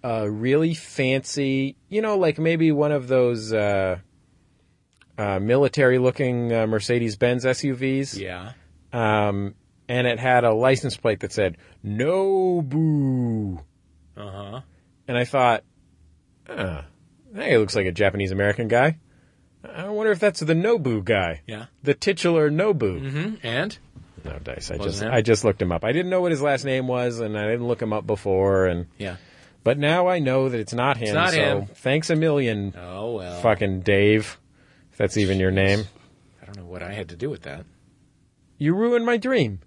Speaker 2: a really fancy, you know, like maybe one of those uh, uh, military looking uh, Mercedes Benz SUVs.
Speaker 4: Yeah.
Speaker 2: Um, and it had a license plate that said "No Boo,"
Speaker 4: Uh huh.
Speaker 2: and I thought, uh, "Hey, it looks like a Japanese American guy." I wonder if that's the Nobu guy.
Speaker 4: Yeah.
Speaker 2: The titular Nobu.
Speaker 4: And
Speaker 2: No dice. I
Speaker 4: Wasn't
Speaker 2: just
Speaker 4: him?
Speaker 2: I just looked him up. I didn't know what his last name was, and I didn't look him up before. And
Speaker 4: yeah.
Speaker 2: But now I know that it's not him.
Speaker 4: not
Speaker 2: so
Speaker 4: him.
Speaker 2: Thanks a million,
Speaker 4: Oh well.
Speaker 2: fucking Dave. If that's even your name.
Speaker 4: I don't know what I had to do with that.
Speaker 2: You ruined my dream.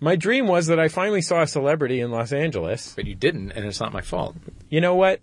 Speaker 2: My dream was that I finally saw a celebrity in Los Angeles.
Speaker 4: But you didn't, and it's not my fault.
Speaker 2: You know what?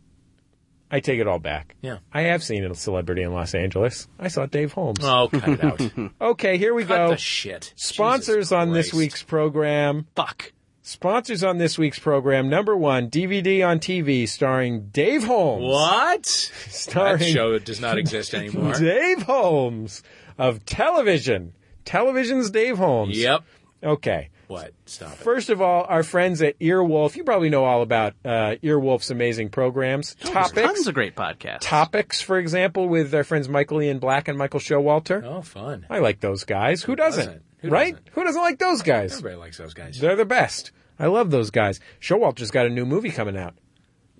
Speaker 2: I take it all back.
Speaker 4: Yeah.
Speaker 2: I have seen a celebrity in Los Angeles. I saw Dave Holmes.
Speaker 4: Oh, cut it out. cut
Speaker 2: Okay, here we go.
Speaker 4: the shit.
Speaker 2: Sponsors
Speaker 4: Jesus
Speaker 2: on this
Speaker 4: Christ.
Speaker 2: week's program.
Speaker 3: Fuck.
Speaker 2: Sponsors on this week's program. Number one, DVD on TV starring Dave Holmes.
Speaker 4: What?
Speaker 2: Starring
Speaker 4: That show does not exist anymore.
Speaker 2: Dave Holmes of television. Television's Dave Holmes.
Speaker 4: yep.
Speaker 2: Okay.
Speaker 4: What? Stop it.
Speaker 2: First of all, our friends at Earwolf. You probably know all about uh, Earwolf's amazing programs.
Speaker 4: Oh,
Speaker 3: Tons
Speaker 2: Topics.
Speaker 3: of great podcasts.
Speaker 2: Topics, for example, with our friends Michael Ian Black and Michael Showalter.
Speaker 4: Oh, fun.
Speaker 2: I like those guys. Who doesn't?
Speaker 4: doesn't? Who
Speaker 2: right?
Speaker 4: doesn't?
Speaker 2: Who doesn't like those guys?
Speaker 4: Everybody likes those guys.
Speaker 2: They're the best. I love those guys. Showalter's got a new movie coming out.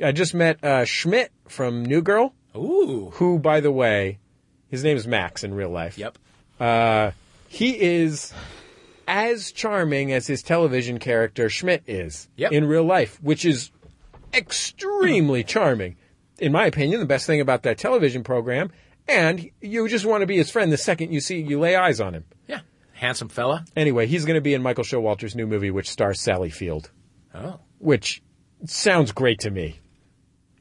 Speaker 2: I just met uh, Schmidt from New Girl,
Speaker 4: Ooh.
Speaker 2: who, by the way, his name's Max in real life.
Speaker 4: Yep.
Speaker 2: He is as charming as his television character Schmidt is
Speaker 4: Yep.
Speaker 2: in real life, which is extremely charming. In my opinion, the best thing about that television program. And you just want to be his friend the second you see you lay eyes on him.
Speaker 4: Yeah. Handsome fella.
Speaker 2: Anyway, he's going to be in Michael Showalter's new movie, which stars Sally Field.
Speaker 4: Oh.
Speaker 2: which sounds great to me.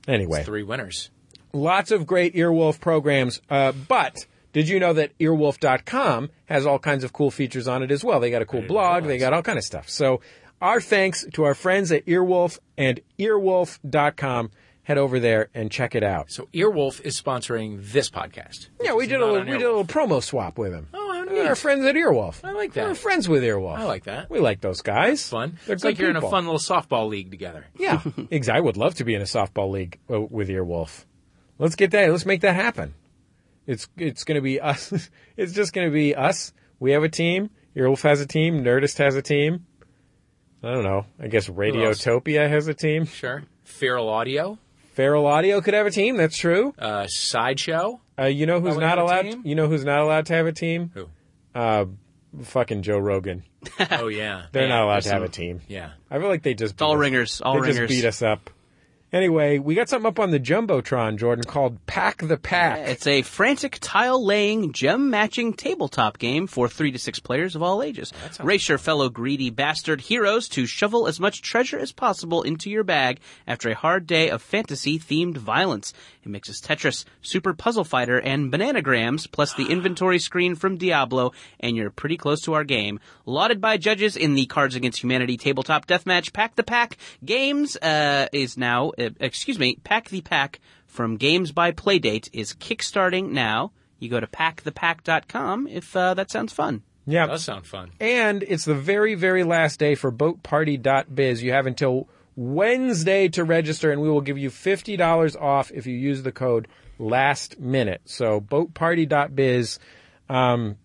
Speaker 2: Anyway,
Speaker 4: Three winners.
Speaker 2: lots of great Earwolf programs, uh, but did you know that earwolf.com has all kinds of cool features on it as well? They got a cool blog, they got all kind of stuff. So our thanks to our friends at Earwolf and earwolf.com. Head over there and check it out.
Speaker 4: So Earwolf is sponsoring this podcast.
Speaker 2: yeah, we did a little, we did a little promo swap with them.
Speaker 4: Oh, how
Speaker 2: We're
Speaker 4: neat.
Speaker 2: friends at Earwolf.
Speaker 4: I like that.
Speaker 2: We're friends with Earwolf.
Speaker 4: I like that.
Speaker 2: We like those guys.
Speaker 4: fun.
Speaker 2: They're
Speaker 4: it's
Speaker 2: good
Speaker 4: like you're in
Speaker 2: people.
Speaker 4: a fun little softball league together.
Speaker 2: Yeah, ex- I would love to be in a softball league uh, with Earwolf. Let's get that. Let's make that happen. It's it's going to be us. it's just going to be us. We have a team. Earwolf has a team. Nerdist has a team. I don't know. I guess Radiotopia has a team.
Speaker 4: Sure. Feral Audio,
Speaker 2: Feral Audio could have a team. That's true.
Speaker 4: uh, Sideshow.
Speaker 2: Uh, you know who's
Speaker 4: would
Speaker 2: not
Speaker 4: have a
Speaker 2: allowed?
Speaker 4: team?
Speaker 2: You know who's not allowed to have a team?
Speaker 4: Who?
Speaker 2: Fucking Joe Rogan.
Speaker 4: Oh yeah.
Speaker 2: They're not allowed
Speaker 3: there's
Speaker 2: to have
Speaker 3: some-
Speaker 2: a team.
Speaker 4: Yeah.
Speaker 2: I feel like they just beat
Speaker 3: all
Speaker 2: us-
Speaker 3: ringers, all
Speaker 2: they
Speaker 3: ringers.
Speaker 2: just beat us up. Anyway, we got something up on the jumbotron, Jordan, called Pack the Pack.
Speaker 3: It's a frantic tile laying, gem matching tabletop game for three to six players of all ages. Race your fellow greedy bastard heroes to shovel as much treasure as possible into your bag after a hard day of fantasy themed violence. It mixes Tetris, Super Puzzle Fighter, and Bananagrams, plus the inventory screen from Diablo, and you're pretty close to our game. Lauded by judges in the Cards Against Humanity tabletop deathmatch Pack the Pack Games uh, is now, uh, excuse me, Pack the Pack from Games by Playdate is kickstarting now. You go to packthepack.com if uh, that sounds fun.
Speaker 2: yeah.
Speaker 4: Does sound fun.
Speaker 2: And it's the very, very last day for boatparty.biz. You have until Wednesday to register, and we will give you $50 off if you use the code last minute. So boatparty.biz. Um,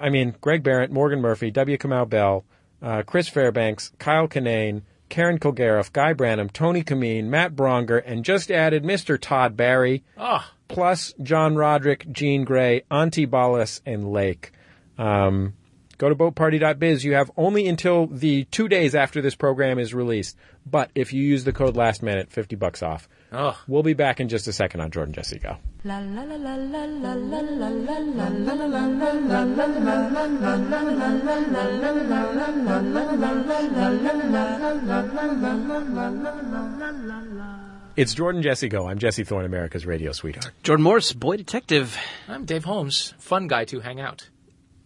Speaker 2: I mean, Greg Barrett, Morgan Murphy, W. Kamau Bell, uh, Chris Fairbanks, Kyle Kinane, Karen Kilgariff, Guy Branham, Tony Kameen, Matt Bronger, and just added Mr. Todd Barry
Speaker 4: Ah,
Speaker 2: plus John Roderick, Gene Gray, Auntie Ballas, and Lake. Um, go to boatparty.biz. You have only until the two days after this program is released. But if you use the code last minute, 50 bucks off.
Speaker 4: Ugh.
Speaker 2: We'll be back in just a second on Jordan Jesse Go.
Speaker 1: La la la la la la la la la la.
Speaker 2: It's Jordan Jesse Go. I'm Jesse Thorne, America's radio sweetheart.
Speaker 3: Jordan Morris, Boy Detective.
Speaker 4: I'm Dave Holmes. Fun guy to hang out.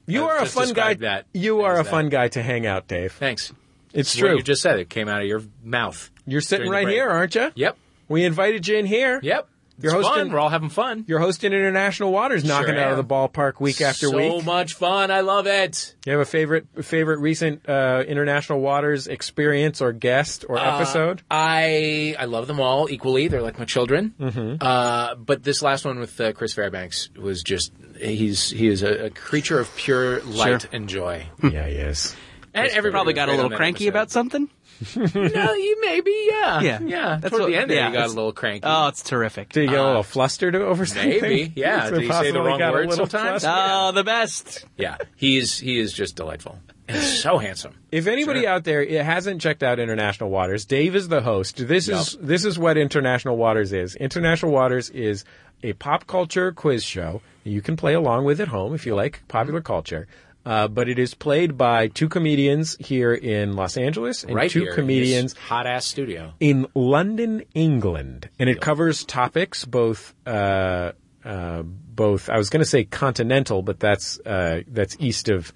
Speaker 2: You
Speaker 4: I
Speaker 2: are a
Speaker 4: just
Speaker 2: fun guy.
Speaker 4: described that
Speaker 2: you are
Speaker 4: as
Speaker 2: a
Speaker 4: that.
Speaker 2: fun guy to hang out, Dave.
Speaker 4: Thanks.
Speaker 2: It's
Speaker 4: What
Speaker 2: true.
Speaker 4: you just said it came out of your mouth.
Speaker 2: You're sitting
Speaker 4: during the
Speaker 2: right
Speaker 4: break.
Speaker 2: here, aren't you?
Speaker 4: Yep.
Speaker 2: We invited you in here.
Speaker 4: Yep.
Speaker 2: You're
Speaker 4: it's
Speaker 2: hosting-
Speaker 4: Fun. We're all having fun.
Speaker 2: You're hosting International Waters, knocking it out of the
Speaker 4: am.
Speaker 2: ballpark week after
Speaker 4: so
Speaker 2: week.
Speaker 4: much fun. I love it.
Speaker 2: Do you have a favorite favorite recent uh, international waters experience or guest or
Speaker 4: Uh,
Speaker 2: episode?
Speaker 4: I I love them all equally. They're like my children. Mm-hmm. Uh, but this last one with uh, Chris Fairbanks was just he's he is a, a creature of pure light and joy.
Speaker 2: yeah, yes.
Speaker 4: And everybody
Speaker 3: Probably
Speaker 4: was
Speaker 3: got a
Speaker 4: great
Speaker 3: little
Speaker 4: on that
Speaker 3: cranky
Speaker 4: episode.
Speaker 3: about something.
Speaker 4: no, you maybe, yeah,
Speaker 3: Yeah.
Speaker 4: yeah.
Speaker 3: That's
Speaker 4: Toward
Speaker 3: what-
Speaker 4: the end, there,
Speaker 3: yeah,
Speaker 4: you got a
Speaker 3: it's-
Speaker 4: little cranky.
Speaker 2: Uh,
Speaker 3: Oh, it's terrific.
Speaker 2: Did you get a
Speaker 3: Uh,
Speaker 2: little flustered over something?
Speaker 4: Maybe, yeah.
Speaker 2: So
Speaker 4: Do you say the
Speaker 2: possibly
Speaker 4: wrong
Speaker 2: got a
Speaker 4: word
Speaker 2: little
Speaker 4: sometimes?
Speaker 2: flustered.
Speaker 3: Oh, the best.
Speaker 4: yeah, he's he is just delightful and so handsome.
Speaker 2: If anybody out there it hasn't checked out International Waters, Dave is the host. This is this is what International Waters is. International Waters is a pop culture quiz show that you can play along with at home if you like popular culture. Uh, but it is played by two comedians here in Los Angeles and
Speaker 4: right
Speaker 2: two
Speaker 4: here,
Speaker 2: comedians
Speaker 4: hot ass studio.
Speaker 2: in London, England, and it covers topics both uh, uh, both. I was going to say continental, but that's uh, that's east of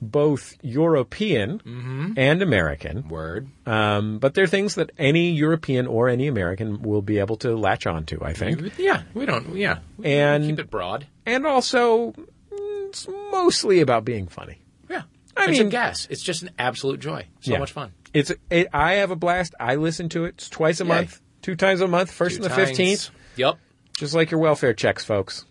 Speaker 2: both European
Speaker 4: Mm-hmm.
Speaker 2: and American.
Speaker 4: Word.
Speaker 2: Um, but they're things that any European or any American will be able to latch onto. I think,
Speaker 4: Yeah, we don't. Yeah, we
Speaker 2: And-
Speaker 4: keep it broad.
Speaker 2: and also mm, it's mostly about being funny.
Speaker 4: Yeah,
Speaker 2: I
Speaker 4: it's
Speaker 2: mean-
Speaker 4: a gas. It's just an absolute joy. So
Speaker 2: Yeah.
Speaker 4: much fun.
Speaker 2: It's it, I have a blast. I listen to it. It's twice a
Speaker 4: Yay.
Speaker 2: month, two times a month, first
Speaker 4: Two
Speaker 2: and the
Speaker 4: times.
Speaker 2: fifteenth.
Speaker 4: Yep.
Speaker 2: Just like your welfare checks, folks.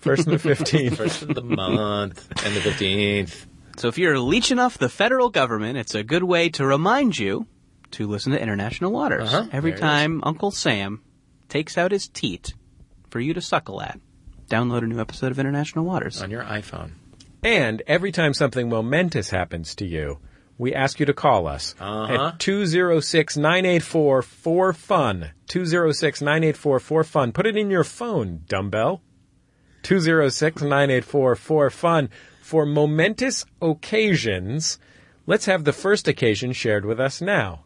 Speaker 2: First and the 15th.
Speaker 4: First of the month and the fifteenth.
Speaker 3: So if you're leeching off the federal government, it's a good way to remind you to listen to International Waters.
Speaker 4: Uh-huh.
Speaker 3: Every
Speaker 4: There it
Speaker 3: time Uncle Sam takes out his teat for you to suckle at, download a new episode of International Waters.
Speaker 4: on your iPhone.
Speaker 2: And every time something momentous happens to you, we ask you to call us
Speaker 4: Uh-huh.
Speaker 2: at 206-984-4FUN. 206-984-4FUN. Put it in your phone, dumbbell. 206-984-4FUN. For momentous occasions, let's have the first occasion shared with us now.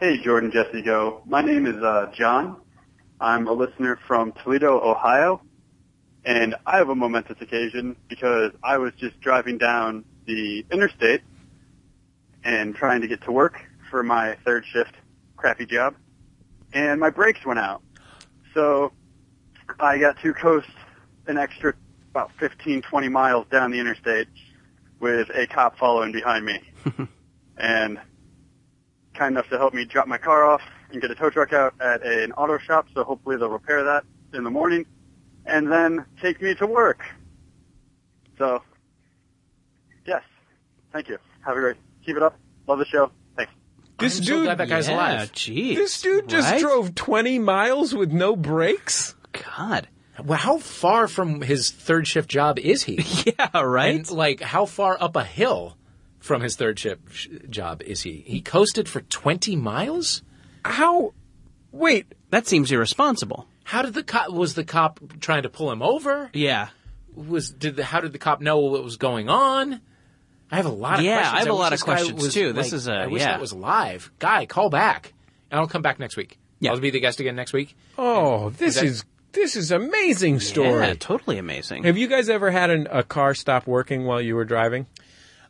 Speaker 7: Hey, Jordan, Jesse, Go. My name is uh, John. I'm a listener from Toledo, Ohio, and I have a momentous occasion because I was just driving down the interstate and trying to get to work for my third shift crappy job, and my brakes went out. So I got to coast an extra about 15, 20 miles down the interstate with a cop following behind me. and kind enough to help me drop my car off and get a tow truck out at an auto shop. So hopefully they'll repair that in the morning and then take me to work. So yes, thank you. Have a great, keep it up. Love the show. Thanks.
Speaker 2: This
Speaker 4: I'm so
Speaker 2: dude
Speaker 4: glad that guy's
Speaker 3: yeah,
Speaker 4: alive.
Speaker 3: Ah, Jeez.
Speaker 2: This dude just
Speaker 3: Right?
Speaker 2: drove 20 miles with no brakes?
Speaker 3: God.
Speaker 4: Well, how far from his third shift job is he?
Speaker 3: Yeah, right?
Speaker 4: And like, how far up a hill from his third shift sh- job is he? He coasted for 20 miles.
Speaker 2: How Wait,
Speaker 3: that seems irresponsible.
Speaker 4: How did the cop? Was the cop trying to pull him over?
Speaker 3: Yeah.
Speaker 4: Was did the, how did the cop know what was going on? I have a lot of
Speaker 3: Yeah,
Speaker 4: questions.
Speaker 3: I have a
Speaker 4: wish
Speaker 3: lot of
Speaker 4: this guy
Speaker 3: questions,
Speaker 4: was,
Speaker 3: too. This
Speaker 4: like,
Speaker 3: is a-
Speaker 4: I wish
Speaker 3: yeah.
Speaker 4: that was live. Guy, call back, and I'll come back next week.
Speaker 3: Yeah.
Speaker 4: I'll be the guest again next week.
Speaker 2: Oh, this
Speaker 4: that-
Speaker 2: is this is amazing story.
Speaker 3: Yeah, totally amazing.
Speaker 2: Have you guys ever had an, a car stop working while you were driving?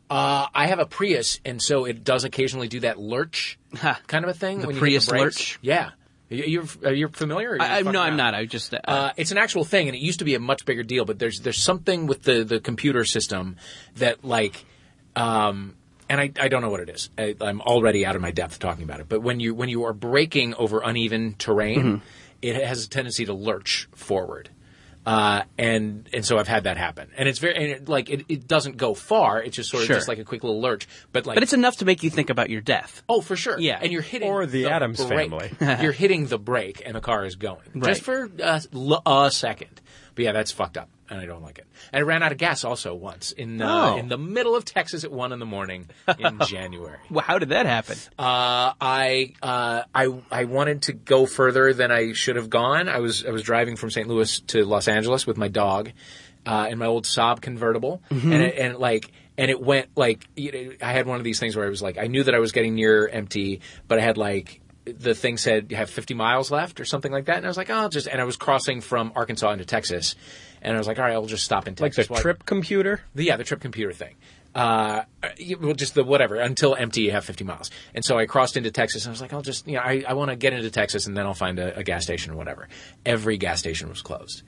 Speaker 4: Uh, I have a Prius, and so it does occasionally do that lurch
Speaker 3: Ha.
Speaker 4: kind of a thing.
Speaker 3: The
Speaker 4: when you hit
Speaker 3: Prius
Speaker 4: brakes.
Speaker 3: lurch?
Speaker 4: Yeah. You- You're, are you familiar? or
Speaker 3: I, I,
Speaker 4: you're
Speaker 3: no,
Speaker 4: fucking
Speaker 3: I'm
Speaker 4: around?
Speaker 3: not. I just. Uh,
Speaker 4: Uh, it's an actual thing, and it used to be a much bigger deal. But there's there's something with the the computer system that like, um, and I, I don't know what it is. I, I'm already out of my depth talking about it. But when you when you are braking over uneven terrain,
Speaker 3: Mm-hmm.
Speaker 4: it has a tendency to lurch forward. Uh, and and so I've had that happen, and it's very and it, like it, it doesn't go far. It's just sort of
Speaker 3: Sure.
Speaker 4: just like a quick little lurch, but like
Speaker 3: but it's enough to make you think about your death.
Speaker 4: Oh, for sure.
Speaker 3: Yeah.
Speaker 4: and you're hitting
Speaker 2: Or the Addams
Speaker 4: brake.
Speaker 2: Family.
Speaker 4: you're hitting the brake, and the car is going
Speaker 3: Right.
Speaker 4: just for a, l- a second. But yeah, that's fucked up, and I don't like it. And I ran out of gas also once in the,
Speaker 3: Oh.
Speaker 4: in the middle of Texas at one in the morning in January.
Speaker 3: Well, how did that happen?
Speaker 4: Uh, I uh, I I wanted to go further than I should have gone. I was I was driving from St. Louis to Los Angeles with my dog uh, in my old Saab convertible,
Speaker 2: Mm-hmm.
Speaker 4: and it, and like and it went like you know, I had one of these things where I was like I knew that I was getting near empty, but I had like the thing said you have 50 miles left or something like that, and I was like oh I'll just and I was crossing from Arkansas into Texas, and I was like all right I'll just stop in
Speaker 2: Like
Speaker 4: Texas.
Speaker 2: the
Speaker 4: while I-
Speaker 2: trip computer?
Speaker 4: the, yeah, the trip computer thing. Uh, you- well, just the whatever until empty, you have 50 miles. And so I crossed into Texas and I was like, I'll just, you know, I, I want to get into Texas and then I'll find a, a gas station or whatever. Every gas station was closed.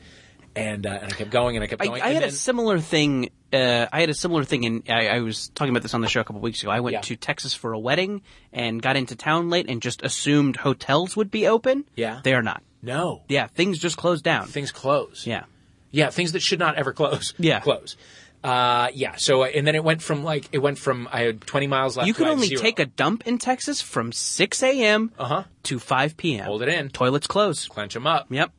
Speaker 4: And, uh, and I kept going and I kept
Speaker 3: I,
Speaker 4: going.
Speaker 3: I
Speaker 4: and
Speaker 3: had a
Speaker 4: then-
Speaker 3: similar thing. Uh, I had a similar thing, and I, I was talking about this on the show a couple weeks ago. I went
Speaker 4: Yeah.
Speaker 3: to Texas for a wedding and got into town late, and just assumed hotels would be open.
Speaker 4: Yeah.
Speaker 3: they are not.
Speaker 4: no.
Speaker 3: Yeah, things just closed down.
Speaker 4: Things close.
Speaker 3: yeah,
Speaker 4: Yeah. Things that should not ever close.
Speaker 3: Yeah.
Speaker 4: Close. Uh, yeah. So uh, and then it went from like it went from I had 20 miles left.
Speaker 3: You
Speaker 4: to
Speaker 3: could
Speaker 4: I had
Speaker 3: only
Speaker 4: zero.
Speaker 3: take a dump in Texas from 6 a.m.
Speaker 4: Uh-huh.
Speaker 3: to 5 p.m.
Speaker 4: Hold it in.
Speaker 3: Toilets closed.
Speaker 4: clench them up.
Speaker 3: Yep.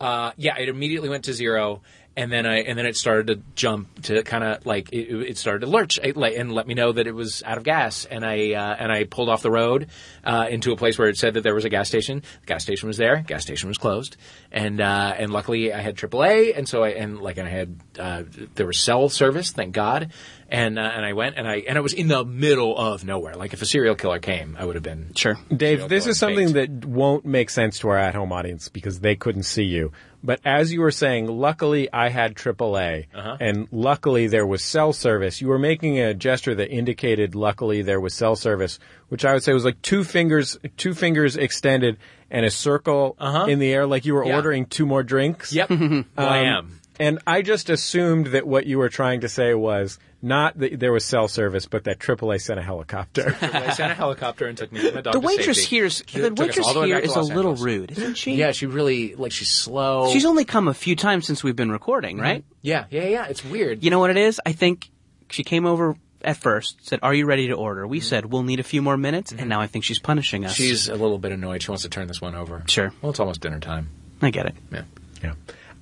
Speaker 4: Uh, yeah, it immediately went to zero, and then I and then it started to jump to kind of like it, it started to lurch it, like, and let me know that it was out of gas, and I uh, and I pulled off the road uh, into a place where it said that there was a gas station. The gas station was there. Gas station was closed, and uh, and luckily I had AAA, and so I and like and I had uh, there was cell service, thank God, and uh, and I went and I and it was in the middle of nowhere. Like if a serial killer came, I would have been
Speaker 3: Sure.
Speaker 2: Dave,
Speaker 4: Serial
Speaker 2: this
Speaker 4: killer
Speaker 2: is something
Speaker 4: bait.
Speaker 2: that won't make sense to our at home audience because they couldn't see you. But as you were saying, luckily I had AAA,
Speaker 4: Uh-huh.
Speaker 2: and luckily there was cell service. You were making a gesture that indicated luckily there was cell service, which I would say was like two fingers, two fingers extended and a circle in the air, like you were
Speaker 4: Uh-huh. Yeah.
Speaker 2: ordering two more drinks.
Speaker 4: Yep, well,
Speaker 2: Um,
Speaker 4: I am.
Speaker 2: And I just assumed that what you were trying to say was not that there was cell service, but that AAA sent a helicopter.
Speaker 4: I sent a helicopter and took me to my dog.
Speaker 3: The
Speaker 4: to
Speaker 3: waitress
Speaker 4: safety.
Speaker 3: here is
Speaker 4: She
Speaker 3: the
Speaker 4: took us
Speaker 3: waitress
Speaker 4: all the way
Speaker 3: here
Speaker 4: back to
Speaker 3: is a
Speaker 4: Los
Speaker 3: little
Speaker 4: Angeles. Oh.
Speaker 3: rude, isn't she?
Speaker 4: Yeah, she really like she's slow.
Speaker 3: She's only come a few times since we've been recording,
Speaker 4: Mm-hmm.
Speaker 3: right?
Speaker 4: yeah, yeah, yeah. It's weird.
Speaker 3: You know what it is? I think she came over at first, said, "Are you ready to order?" We said, "We'll need a few more minutes," and now I think she's punishing us.
Speaker 4: Mm-hmm. she's a little bit annoyed. She wants to turn this one over.
Speaker 3: Sure.
Speaker 4: Well, it's almost dinner time.
Speaker 3: I get it.
Speaker 4: Yeah.
Speaker 2: Yeah.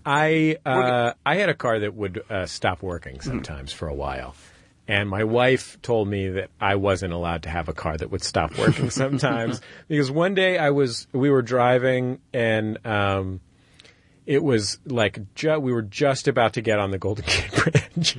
Speaker 2: I uh, I had a car that would uh, stop working sometimes for a while, and my wife told me that I wasn't allowed to have a car that would stop working sometimes because one day I was we were driving and um, it was like ju- we were just about to get on the Golden Gate Bridge.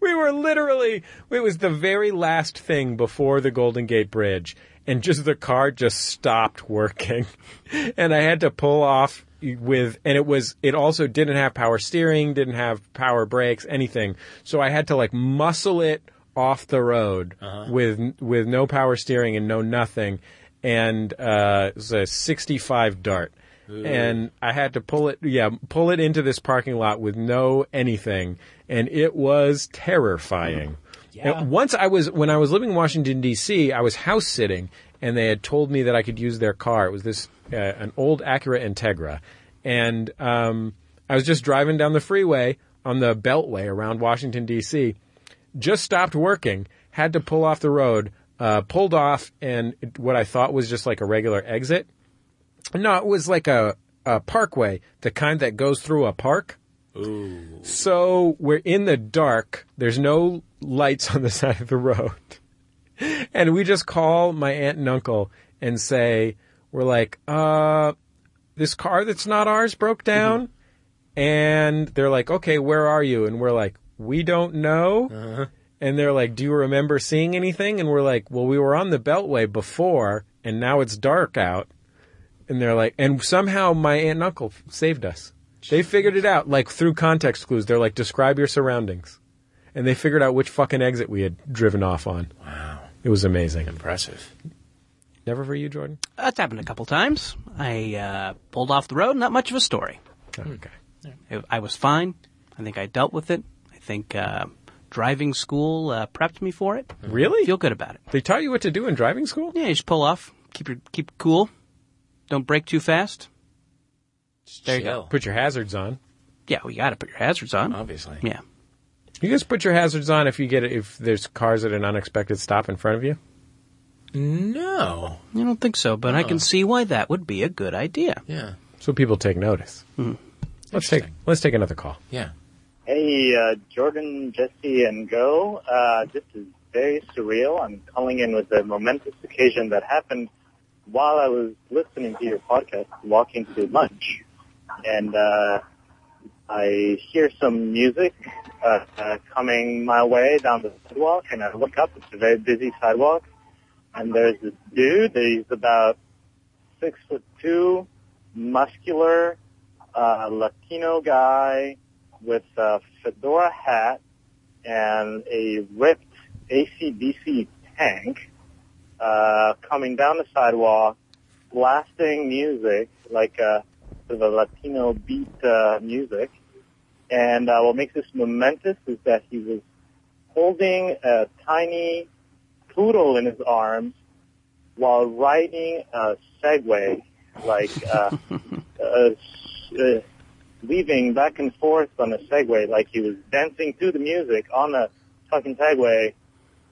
Speaker 2: we were literally it was the very last thing before the Golden Gate Bridge, and just the car just stopped working, and I had to pull off with and it was it also didn't have power steering, didn't have power brakes, anything. So I had to like muscle it off the road with with no power steering and no nothing, and uh, it was a sixty-five Dart and I had to pull it, yeah, pull it into this parking lot with no anything, and it was terrifying. And once I was when I was living in Washington D.C., I was house sitting, and they had told me that I could use their car. It was this uh, an old Acura Integra, and um, I was just driving down the freeway on the Beltway around Washington D.C just stopped working, had to pull off the road, uh, pulled off, and it- what I thought was just like a regular exit. No, it was like a, a parkway, the kind that goes through a park. Ooh. So we're in the dark. There's no lights on the side of the road. And we just call my aunt and uncle and say, we're like, uh, this car that's not ours broke down. And they're like, okay, where are you? And we're like, we don't know. And they're like, do you remember seeing anything? And we're like, well, we were on the Beltway before and now it's dark out. And they're like, and somehow my aunt and uncle f- saved us. They figured it out, like through context clues. They're like, describe your surroundings. And they figured out which fucking exit we had driven off on. Wow. It was amazing.
Speaker 4: Impressive.
Speaker 2: Never for you, Jordan?
Speaker 3: That's happened a couple times. I uh, pulled off the road. Not much of a story.
Speaker 2: Okay.
Speaker 3: I- I was fine. I think I dealt with it. I think uh, driving school uh, prepped me for it.
Speaker 4: Mm-hmm.
Speaker 2: Really?
Speaker 3: Feel good about it.
Speaker 2: They taught you what to do in driving school?
Speaker 3: Yeah, you just pull off. Keep your keep cool. Don't brake too fast.
Speaker 4: There
Speaker 3: you go.
Speaker 2: Put your hazards on.
Speaker 3: Yeah, well, you got to put your hazards on.
Speaker 4: Obviously.
Speaker 3: Yeah.
Speaker 2: You just put your hazards on if you get if there's cars at an unexpected stop in front of you.
Speaker 4: No.
Speaker 3: I don't think so, but I
Speaker 4: Uh-huh.
Speaker 3: can see why that would be a good idea.
Speaker 4: Yeah.
Speaker 2: so people take notice. Let's take
Speaker 4: Interesting.
Speaker 2: let's take another call.
Speaker 4: Yeah.
Speaker 8: Hey, uh, Jordan, Jesse, and Go. Uh, this is very surreal. I'm calling in with a momentous occasion that happened while I was listening to your podcast, walking to lunch. And uh, I hear some music uh, uh, coming my way down the sidewalk, and I look up. It's a very busy sidewalk. And there's this dude. He's about six foot two, muscular, uh, Latino guy with a fedora hat and a ripped ACDC tank uh, coming down the sidewalk, blasting music like uh, sort of a Latino beat uh, music. And uh, what makes this momentous is that he was holding a tiny poodle in his arms while riding a Segway, like uh, a, s- uh weaving back and forth on a Segway, like he was dancing to the music on a fucking Segway,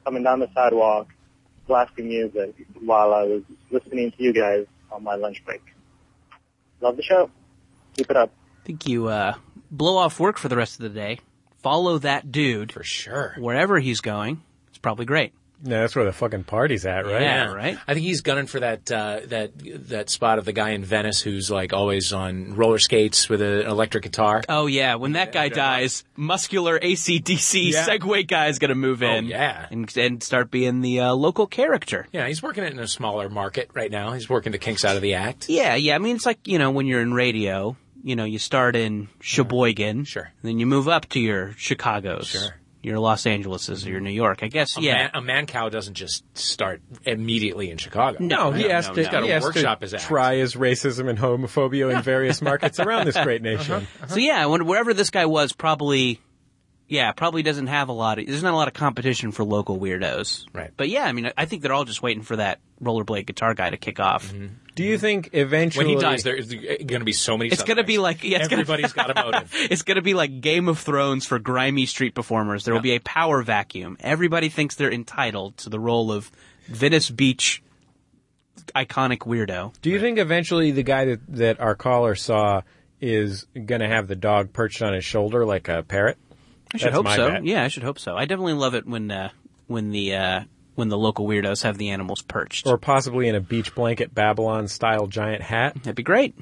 Speaker 8: coming down the sidewalk, blasting music while I was listening to you guys on my lunch break. Love the show. Keep it up.
Speaker 3: I think you uh, blow off work for the rest of the day, follow that dude
Speaker 4: for sure.
Speaker 3: wherever he's going. It's probably great.
Speaker 2: Yeah, that's where the fucking party's at, right?
Speaker 3: Yeah. right?
Speaker 4: I think he's gunning for that uh, that that spot of the guy in Venice who's like always on roller skates with a- an electric guitar.
Speaker 3: Oh yeah, when that guy dies, muscular ACDC
Speaker 4: Yeah. Oh,
Speaker 3: Segway guy is going to move in,
Speaker 4: yeah.
Speaker 3: and and start being the uh, local character.
Speaker 4: Yeah, he's working it in a smaller market right now. He's working the kinks out of the act.
Speaker 3: Yeah, yeah. I mean, it's like you know when you're in radio, you know, you start in Sheboygan,
Speaker 4: Sure.
Speaker 3: and then you move up to your Chicago's, sure, your Los Angeleses, or your New York. I guess,
Speaker 4: A
Speaker 3: yeah.
Speaker 4: man, a man cow doesn't just start immediately in Chicago.
Speaker 2: No,
Speaker 3: No,
Speaker 2: he has to,
Speaker 4: He's got
Speaker 2: he
Speaker 4: to
Speaker 2: has
Speaker 4: workshop
Speaker 2: to
Speaker 4: his act.
Speaker 2: try his racism and homophobia in various markets around this great
Speaker 4: Uh-huh.
Speaker 2: nation.
Speaker 3: So yeah, I wonder wherever this guy was, probably, yeah, probably doesn't have a lot. Of, there's not a lot of competition for local weirdos,
Speaker 4: Right.
Speaker 3: But yeah, I mean, I- I think they're all just waiting for that rollerblade guitar guy to kick off.
Speaker 2: Do you think eventually
Speaker 4: Mm-hmm. When he dies, there's going to be so many.
Speaker 3: It's gonna be like- yeah, it's gonna-
Speaker 4: everybody's got a motive.
Speaker 3: It's going to be like Game of Thrones for grimy street performers. There will be a power vacuum. Everybody thinks they're entitled to the role of Venice Beach iconic weirdo.
Speaker 2: Do you think eventually the guy that, that our caller saw is going to have the dog perched on his shoulder like a parrot?
Speaker 3: I should hope so. Yeah, I should hope so. I definitely love it when uh, when the uh, when the local weirdos have the animals perched.
Speaker 2: Or possibly in a beach blanket Babylon style giant hat.
Speaker 3: That'd be great.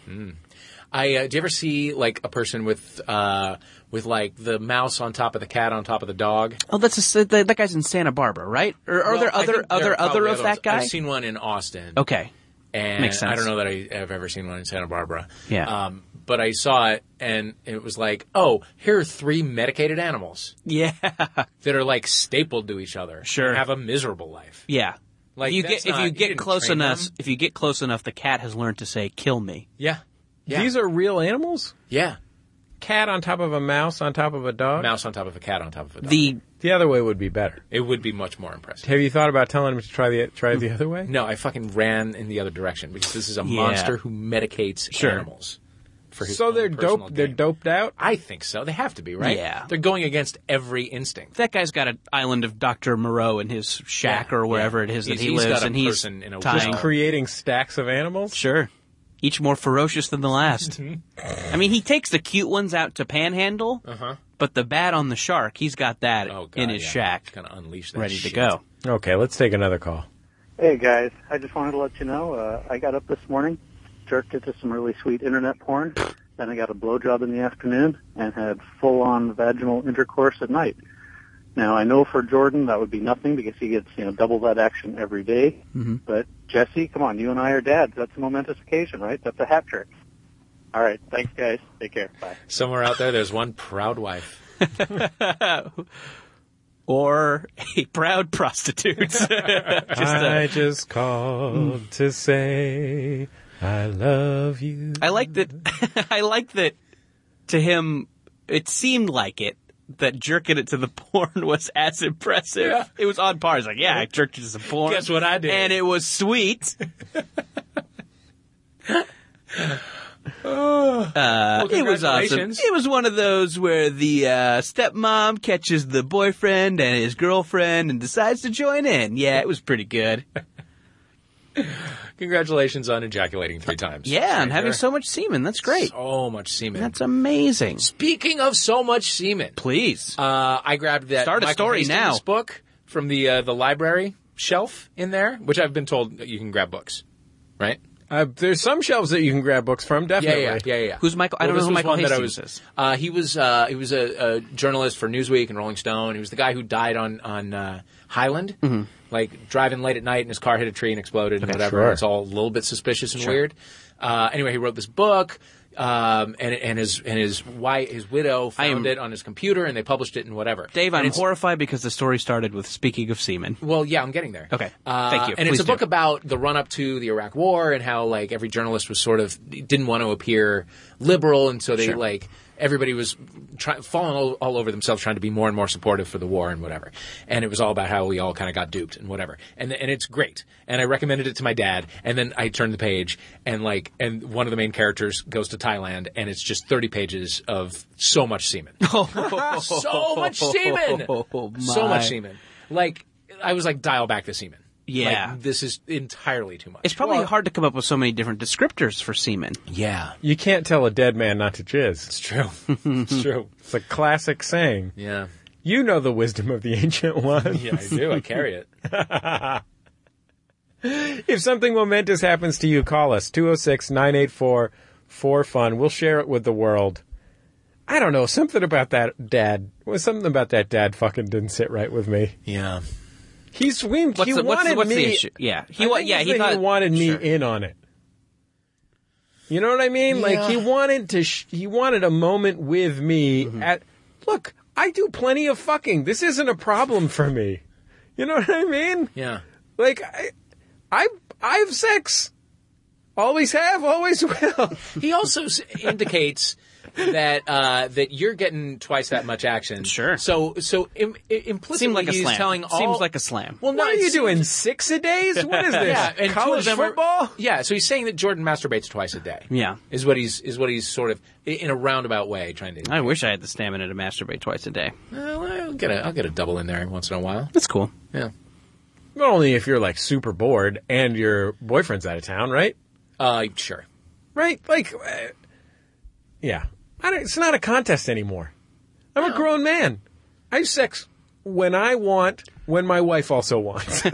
Speaker 4: I uh, do you ever see like a person with uh, with like the mouse on top of the cat on top of the dog?
Speaker 3: Oh, that's a, that, that guy's in Santa Barbara, right? Or are
Speaker 4: Well,
Speaker 3: there
Speaker 4: I
Speaker 3: other
Speaker 4: think there
Speaker 3: other
Speaker 4: are
Speaker 3: other
Speaker 4: probably
Speaker 3: of
Speaker 4: other ones.
Speaker 3: that guy?
Speaker 4: I've seen one in Austin.
Speaker 3: okay,
Speaker 4: and
Speaker 3: Makes sense.
Speaker 4: I don't know that I have ever seen one in Santa Barbara.
Speaker 3: Yeah.
Speaker 4: Um, but I saw it, and it was like, oh, here are three medicated animals
Speaker 3: yeah,
Speaker 4: that are like stapled to each other.
Speaker 3: Sure.
Speaker 4: and have a miserable life.
Speaker 3: yeah.
Speaker 4: Like,
Speaker 3: if you
Speaker 4: that's
Speaker 3: get if
Speaker 4: not-
Speaker 3: you
Speaker 4: you
Speaker 3: get
Speaker 4: didn't
Speaker 3: close
Speaker 4: train
Speaker 3: enough,
Speaker 4: them.
Speaker 3: if you get close enough, the cat has learned to say "kill me."
Speaker 4: Yeah. Yeah.
Speaker 2: These are real animals?
Speaker 4: yeah.
Speaker 2: Cat on top of a mouse on top of a dog?
Speaker 4: Mouse on top of a cat on top of a dog.
Speaker 3: The
Speaker 2: The other way would be better.
Speaker 4: it would be much more impressive.
Speaker 2: Have you thought about telling him to try the try
Speaker 4: Mm.
Speaker 2: the other way?
Speaker 4: No, I fucking ran in the other direction because this is a
Speaker 3: Yeah.
Speaker 4: monster who medicates
Speaker 3: Sure.
Speaker 4: animals for his
Speaker 2: So
Speaker 4: own
Speaker 2: they're
Speaker 4: personal
Speaker 2: dope. They're
Speaker 4: gain.
Speaker 2: doped out.
Speaker 4: I think so. They have to be, right?
Speaker 3: Yeah.
Speaker 4: They're going against every instinct.
Speaker 3: that guy's got an island of Doctor Moreau in his shack
Speaker 4: Yeah,
Speaker 3: or wherever
Speaker 4: yeah.
Speaker 3: it is that
Speaker 4: He's-
Speaker 3: he
Speaker 4: he's
Speaker 3: lives,
Speaker 4: got a
Speaker 3: and he's
Speaker 4: person in a
Speaker 3: tying.
Speaker 4: wheelchair.
Speaker 2: Creating stacks of animals.
Speaker 3: Sure, each more ferocious than the last.
Speaker 4: Mm-hmm.
Speaker 3: I mean, he takes the cute ones out to panhandle, but the bat on the shark, he's got that
Speaker 4: Uh-huh. Oh god.
Speaker 3: in his
Speaker 4: yeah. He's
Speaker 3: shack,
Speaker 4: gonna unleash that
Speaker 3: ready to
Speaker 4: shit.
Speaker 3: go.
Speaker 2: Okay, let's take another call.
Speaker 7: Hey guys, I just wanted to let you know uh, I got up this morning, jerked into some really sweet internet porn, then I got a blowjob in the afternoon, and had full-on vaginal intercourse at night. Now I know for Jordan that would be nothing because he gets you know double that action every day. But Jesse, come on, you and I are dads. That's a momentous occasion, right? That's a hat trick. All right, thanks guys. Take care. Bye.
Speaker 4: Somewhere out there, there's one proud wife.
Speaker 3: Or a proud prostitute. uh,
Speaker 2: I just Mm. called to say I love you.
Speaker 3: I like that. I like that. To him, it seemed like it that jerking it to the porn was as impressive. It was on par. He's like, yeah, I jerked it to some porn.
Speaker 4: Guess what I did?
Speaker 3: And it was sweet. Uh, it was awesome.
Speaker 4: congratulations.
Speaker 3: It was one of those where the uh, stepmom catches the boyfriend and his girlfriend and decides to join in. Yeah, it was pretty good.
Speaker 4: Congratulations on ejaculating three times.
Speaker 3: Yeah, and having
Speaker 4: Stranger.
Speaker 3: so much semen. That's great.
Speaker 4: so much semen.
Speaker 3: That's amazing.
Speaker 4: Speaking of so much semen,
Speaker 3: Please.
Speaker 4: uh, I grabbed that
Speaker 3: Start a
Speaker 4: Michael
Speaker 3: story
Speaker 4: Hastings
Speaker 3: now.
Speaker 4: book from the uh, the library shelf in there, which I've been told that you can grab books, right?
Speaker 2: Uh, there's some shelves that you can grab books from,
Speaker 4: Yeah,
Speaker 2: definitely.
Speaker 4: yeah, yeah, yeah.
Speaker 3: Who's Michael- I don't
Speaker 4: this
Speaker 3: know who
Speaker 4: was
Speaker 3: Michael
Speaker 4: one that I
Speaker 3: Hastings
Speaker 4: was-
Speaker 3: is.
Speaker 4: Uh, he was uh, he was a, a journalist for Newsweek and Rolling Stone. He was the guy who died on on uh, Highland,
Speaker 3: Mm-hmm.
Speaker 4: like driving late at night and his car hit a tree and exploded and whatever.
Speaker 2: sure.
Speaker 4: It's all a little bit suspicious and weird. Uh, anyway, he wrote this book. Um, and and his and his wife his widow
Speaker 3: I am-
Speaker 4: found it on his computer and they published it and whatever.
Speaker 3: Dave,
Speaker 4: And
Speaker 3: I'm
Speaker 4: it's-
Speaker 3: horrified because the story started with speaking of semen.
Speaker 4: Well, yeah, I'm getting there.
Speaker 3: Okay.
Speaker 4: Uh,
Speaker 3: Thank you.
Speaker 4: And
Speaker 3: Please
Speaker 4: it's a book
Speaker 3: do.
Speaker 4: about the run up to the Iraq War and how like every journalist was sort of didn't want to appear liberal, and so they like everybody was try- falling all, all over themselves trying to be more and more supportive for the war and whatever. And it was all about how we all kind of got duped and whatever. And and it's great. And I recommended it to my dad. And then I turned the page and like and one of the main characters goes to Thailand and it's just thirty pages of so much semen. so much semen.
Speaker 3: Oh,
Speaker 4: So
Speaker 3: my.
Speaker 4: much semen. Like I was like, dial back the semen.
Speaker 3: Yeah.
Speaker 4: Like, this is entirely too much.
Speaker 3: It's probably hard to come up with so many different descriptors for semen.
Speaker 4: yeah,
Speaker 2: You can't tell a dead man not to jizz.
Speaker 4: it's true. it's true.
Speaker 2: It's a classic saying.
Speaker 4: Yeah.
Speaker 2: You know the wisdom of the ancient ones.
Speaker 4: Yeah, I do. I carry it.
Speaker 2: If something momentous happens to you, call us 206 984 4FUN. We'll share it with the world. I don't know. Something about that dad. well, Something about that dad fucking didn't sit right with me.
Speaker 4: Yeah.
Speaker 2: He swinged.
Speaker 3: What's
Speaker 2: he
Speaker 3: the what's,
Speaker 2: wanted
Speaker 3: the, what's
Speaker 2: me.
Speaker 3: the issue? Yeah, he
Speaker 2: I
Speaker 3: wa-
Speaker 2: think
Speaker 3: yeah
Speaker 2: it's
Speaker 3: he
Speaker 2: that
Speaker 3: thought
Speaker 2: wanted me
Speaker 3: sure.
Speaker 2: in on it. You know what I mean? Like he wanted to. Sh- he wanted a moment with me. At look, I do plenty of fucking. This isn't a problem for me. You know what I mean?
Speaker 4: Yeah.
Speaker 2: Like I, I, I have sex. Always have, always will.
Speaker 4: He also s- indicates that uh, that you're getting twice that much action.
Speaker 3: Sure.
Speaker 4: So so Im- i- implicitly
Speaker 3: Seemed like a
Speaker 4: he's
Speaker 3: slam.
Speaker 4: telling all
Speaker 3: Seems like a slam.
Speaker 4: Well, no,
Speaker 2: What are
Speaker 4: it
Speaker 2: you
Speaker 4: seems-
Speaker 2: doing? Six a days? What is this?
Speaker 4: Yeah, and two
Speaker 2: College
Speaker 4: of them are-
Speaker 2: football?
Speaker 4: yeah, so he's saying that Jordan masturbates twice a day.
Speaker 3: Yeah.
Speaker 4: is what he's is what he's sort of i- in a roundabout way trying to.
Speaker 3: I wish I had the stamina to masturbate twice a day.
Speaker 4: Uh, Well, I'll get a I'll get a double in there every once in a while.
Speaker 3: That's cool.
Speaker 4: Yeah.
Speaker 2: Not only if you're like super bored and your boyfriend's out of town, right?
Speaker 4: Uh, sure.
Speaker 2: Right? Like, uh, yeah. I don't, it's not a contest anymore. I'm a grown man. I have sex when I want, when my wife also wants.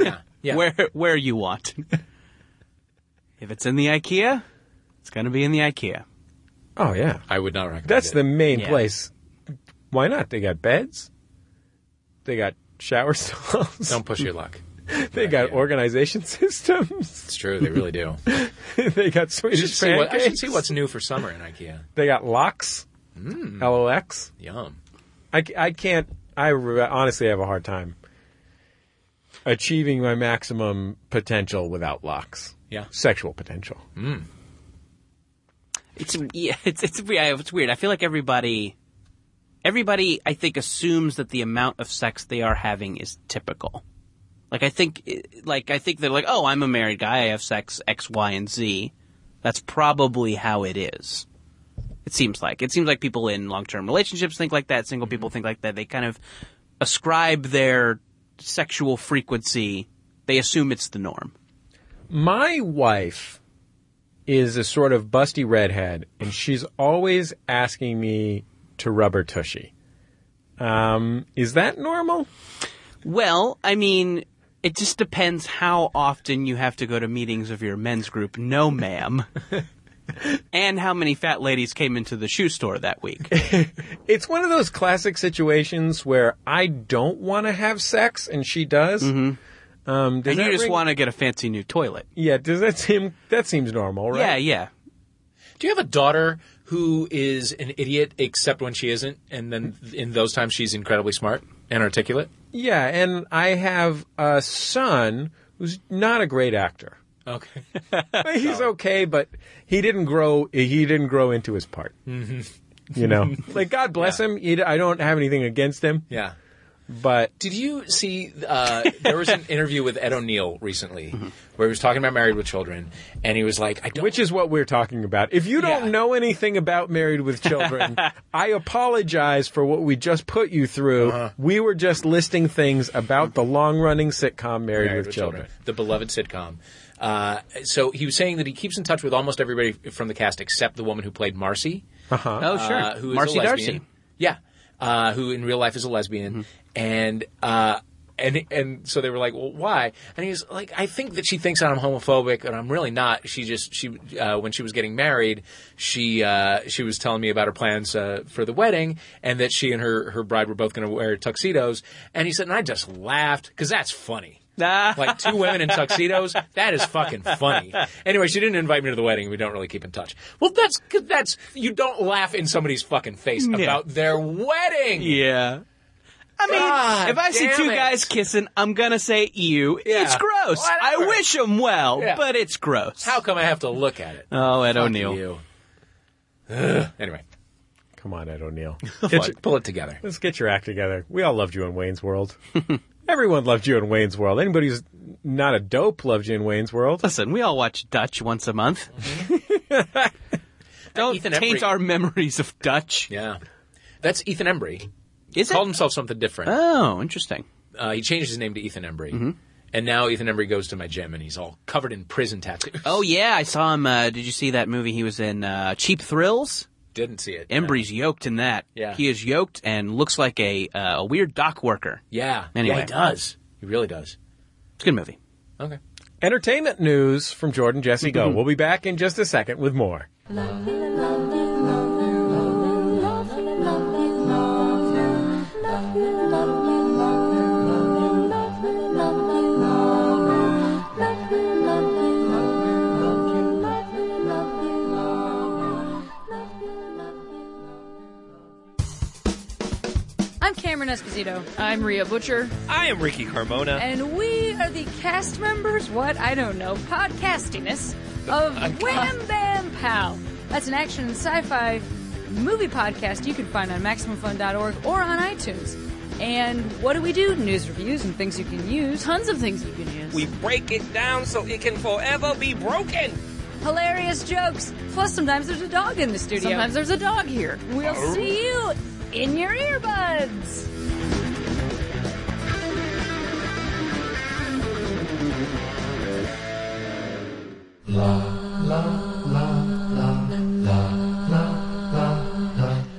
Speaker 4: Yeah.
Speaker 3: Where where you want. if it's in the IKEA, it's gonna be in the IKEA.
Speaker 2: oh, yeah.
Speaker 4: I would not recommend.
Speaker 2: That's
Speaker 4: it.
Speaker 2: the main
Speaker 3: Yeah.
Speaker 2: place. Why not? They got beds. They got shower stalls.
Speaker 4: Don't push your luck.
Speaker 2: they got
Speaker 4: yeah.
Speaker 2: organization systems.
Speaker 4: It's true. They really do.
Speaker 2: they got
Speaker 4: I should,
Speaker 2: Swedish
Speaker 4: see what, I
Speaker 2: pancakes.
Speaker 4: should see what's new for summer in IKEA.
Speaker 2: They got locks.
Speaker 4: Hmm.
Speaker 2: LOX.
Speaker 4: Yum.
Speaker 2: I, c- I can't. I re- honestly have a hard time achieving my maximum potential without locks.
Speaker 4: Yeah.
Speaker 2: Sexual potential.
Speaker 3: It's yeah, it's it's weird. It's weird. I feel like everybody, everybody, I think assumes that the amount of sex they are having is typical. Like I think, eh, like I think they're like, oh, I'm a married guy. I have sex X, Y, and Z. That's probably how it is. It seems like it seems like people in long term relationships think like that. Single people think like that. They kind of ascribe their sexual frequency. They assume it's the norm.
Speaker 2: My wife is a sort of busty redhead, and she's always asking me to rub her tushy. Um, is that normal?
Speaker 3: Well, I mean, it just depends how often you have to go to meetings of your men's group. No, ma'am. and how many fat ladies came into the shoe store that week.
Speaker 2: It's one of those classic situations where I don't want to have sex, and she does. Um, does
Speaker 3: Mm-hmm. and you
Speaker 2: that
Speaker 3: just
Speaker 2: ring-
Speaker 3: want to get a fancy new toilet.
Speaker 2: Yeah, does that seem that seems normal, right?
Speaker 3: Yeah, yeah.
Speaker 4: Do you have a daughter who is an idiot except when she isn't, and then in those times she's incredibly smart and articulate?
Speaker 2: Yeah, and I have a son who's not a great actor.
Speaker 4: Okay.
Speaker 2: He's okay, but he didn't grow. He didn't grow into his part. Mm-hmm. You know, like God bless him. He, I don't have anything against him,
Speaker 4: Yeah.
Speaker 2: but
Speaker 4: Did you see? Uh, there was an interview with Ed O'Neill recently where he was talking about Married with Children, and he was like, "I don't."
Speaker 2: which is what we're talking about. If you don't
Speaker 4: Yeah.
Speaker 2: know anything about Married with Children, I apologize for what we just put you through. We were just listing things about the long-running sitcom Married, with, Children.
Speaker 4: the beloved sitcom. Uh, so he was saying that he keeps in touch with almost everybody from the cast except the woman who played Marcy.
Speaker 2: Uh-huh.
Speaker 3: Oh, sure.
Speaker 4: uh, who is
Speaker 3: Marcy
Speaker 4: a lesbian.
Speaker 3: Darcy.
Speaker 4: Yeah, uh, who in real life is a lesbian,
Speaker 2: Mm-hmm.
Speaker 4: and uh, and and so they were like, well, why? And he was like, I think that she thinks that I'm homophobic, and I'm really not. She just she uh, when she was getting married, she uh, she was telling me about her plans uh, for the wedding, and that she and her her bride were both going to wear tuxedos. And he said, and I just laughed because that's funny.
Speaker 3: Ah.
Speaker 4: like two women in tuxedos, that is fucking funny. Anyway, she didn't invite me to the wedding. We don't really keep in touch. Well, that's that's you don't laugh in somebody's fucking face about their wedding.
Speaker 3: Yeah. I mean,
Speaker 4: God
Speaker 3: if I see
Speaker 4: damn
Speaker 3: two
Speaker 4: it.
Speaker 3: guys kissing, I'm gonna say ew.
Speaker 4: Yeah.
Speaker 3: It's gross. I
Speaker 4: Whatever.
Speaker 3: wish them well,
Speaker 4: Yeah.
Speaker 3: but it's gross. Uh,
Speaker 4: How come I have to look at it?
Speaker 3: Oh, Ed
Speaker 4: Fuck
Speaker 3: O'Neill.
Speaker 4: you. Ugh. Anyway,
Speaker 2: Come on, Ed O'Neill.
Speaker 4: Pull it- pull it together.
Speaker 2: Let's get your act together. We all loved you in Wayne's World. Everyone loved you in Wayne's World. Anybody who's not a dope loved you in Wayne's World.
Speaker 3: Listen, we all watch Dutch once a month. Don't
Speaker 4: Ethan
Speaker 3: taint
Speaker 4: Embry-
Speaker 3: our memories of Dutch.
Speaker 4: Yeah. That's Ethan Embry.
Speaker 3: Is
Speaker 4: Called
Speaker 3: it?
Speaker 4: himself something different.
Speaker 3: Oh, interesting.
Speaker 4: Uh, he changed his name to Ethan Embry.
Speaker 3: Mm-hmm.
Speaker 4: And now Ethan Embry goes to my gym and he's all covered in prison tattoos.
Speaker 3: Oh yeah, I saw him. Uh, did you see that movie he was in? Uh, Cheap Thrills.
Speaker 4: Didn't see it.
Speaker 3: Embry's yoked in that.
Speaker 4: Yeah.
Speaker 3: He is yoked and looks like a uh, a weird dock worker.
Speaker 4: Yeah.
Speaker 3: Anyway.
Speaker 4: Yeah, he does. He really does.
Speaker 3: It's a good movie.
Speaker 4: Okay.
Speaker 2: Entertainment news from Jordan Jesse Go.
Speaker 3: Mm-hmm.
Speaker 2: We'll be back in just a second with more.
Speaker 9: I'm Cameron Esposito. I'm Rhea Butcher.
Speaker 10: I am Ricky Carmona.
Speaker 9: And we are the cast members, what? I don't know, podcastiness of Wham Bam Pow. That's an action and sci fi movie podcast you can find on MaximumFun.org or on iTunes. And what do we do? News reviews and things you can use. Tons of things you can use.
Speaker 10: We break it down so it can forever be broken.
Speaker 9: Hilarious jokes. Plus, sometimes there's a dog in the studio.
Speaker 11: Sometimes there's a dog here.
Speaker 9: We'll see you in your earbuds.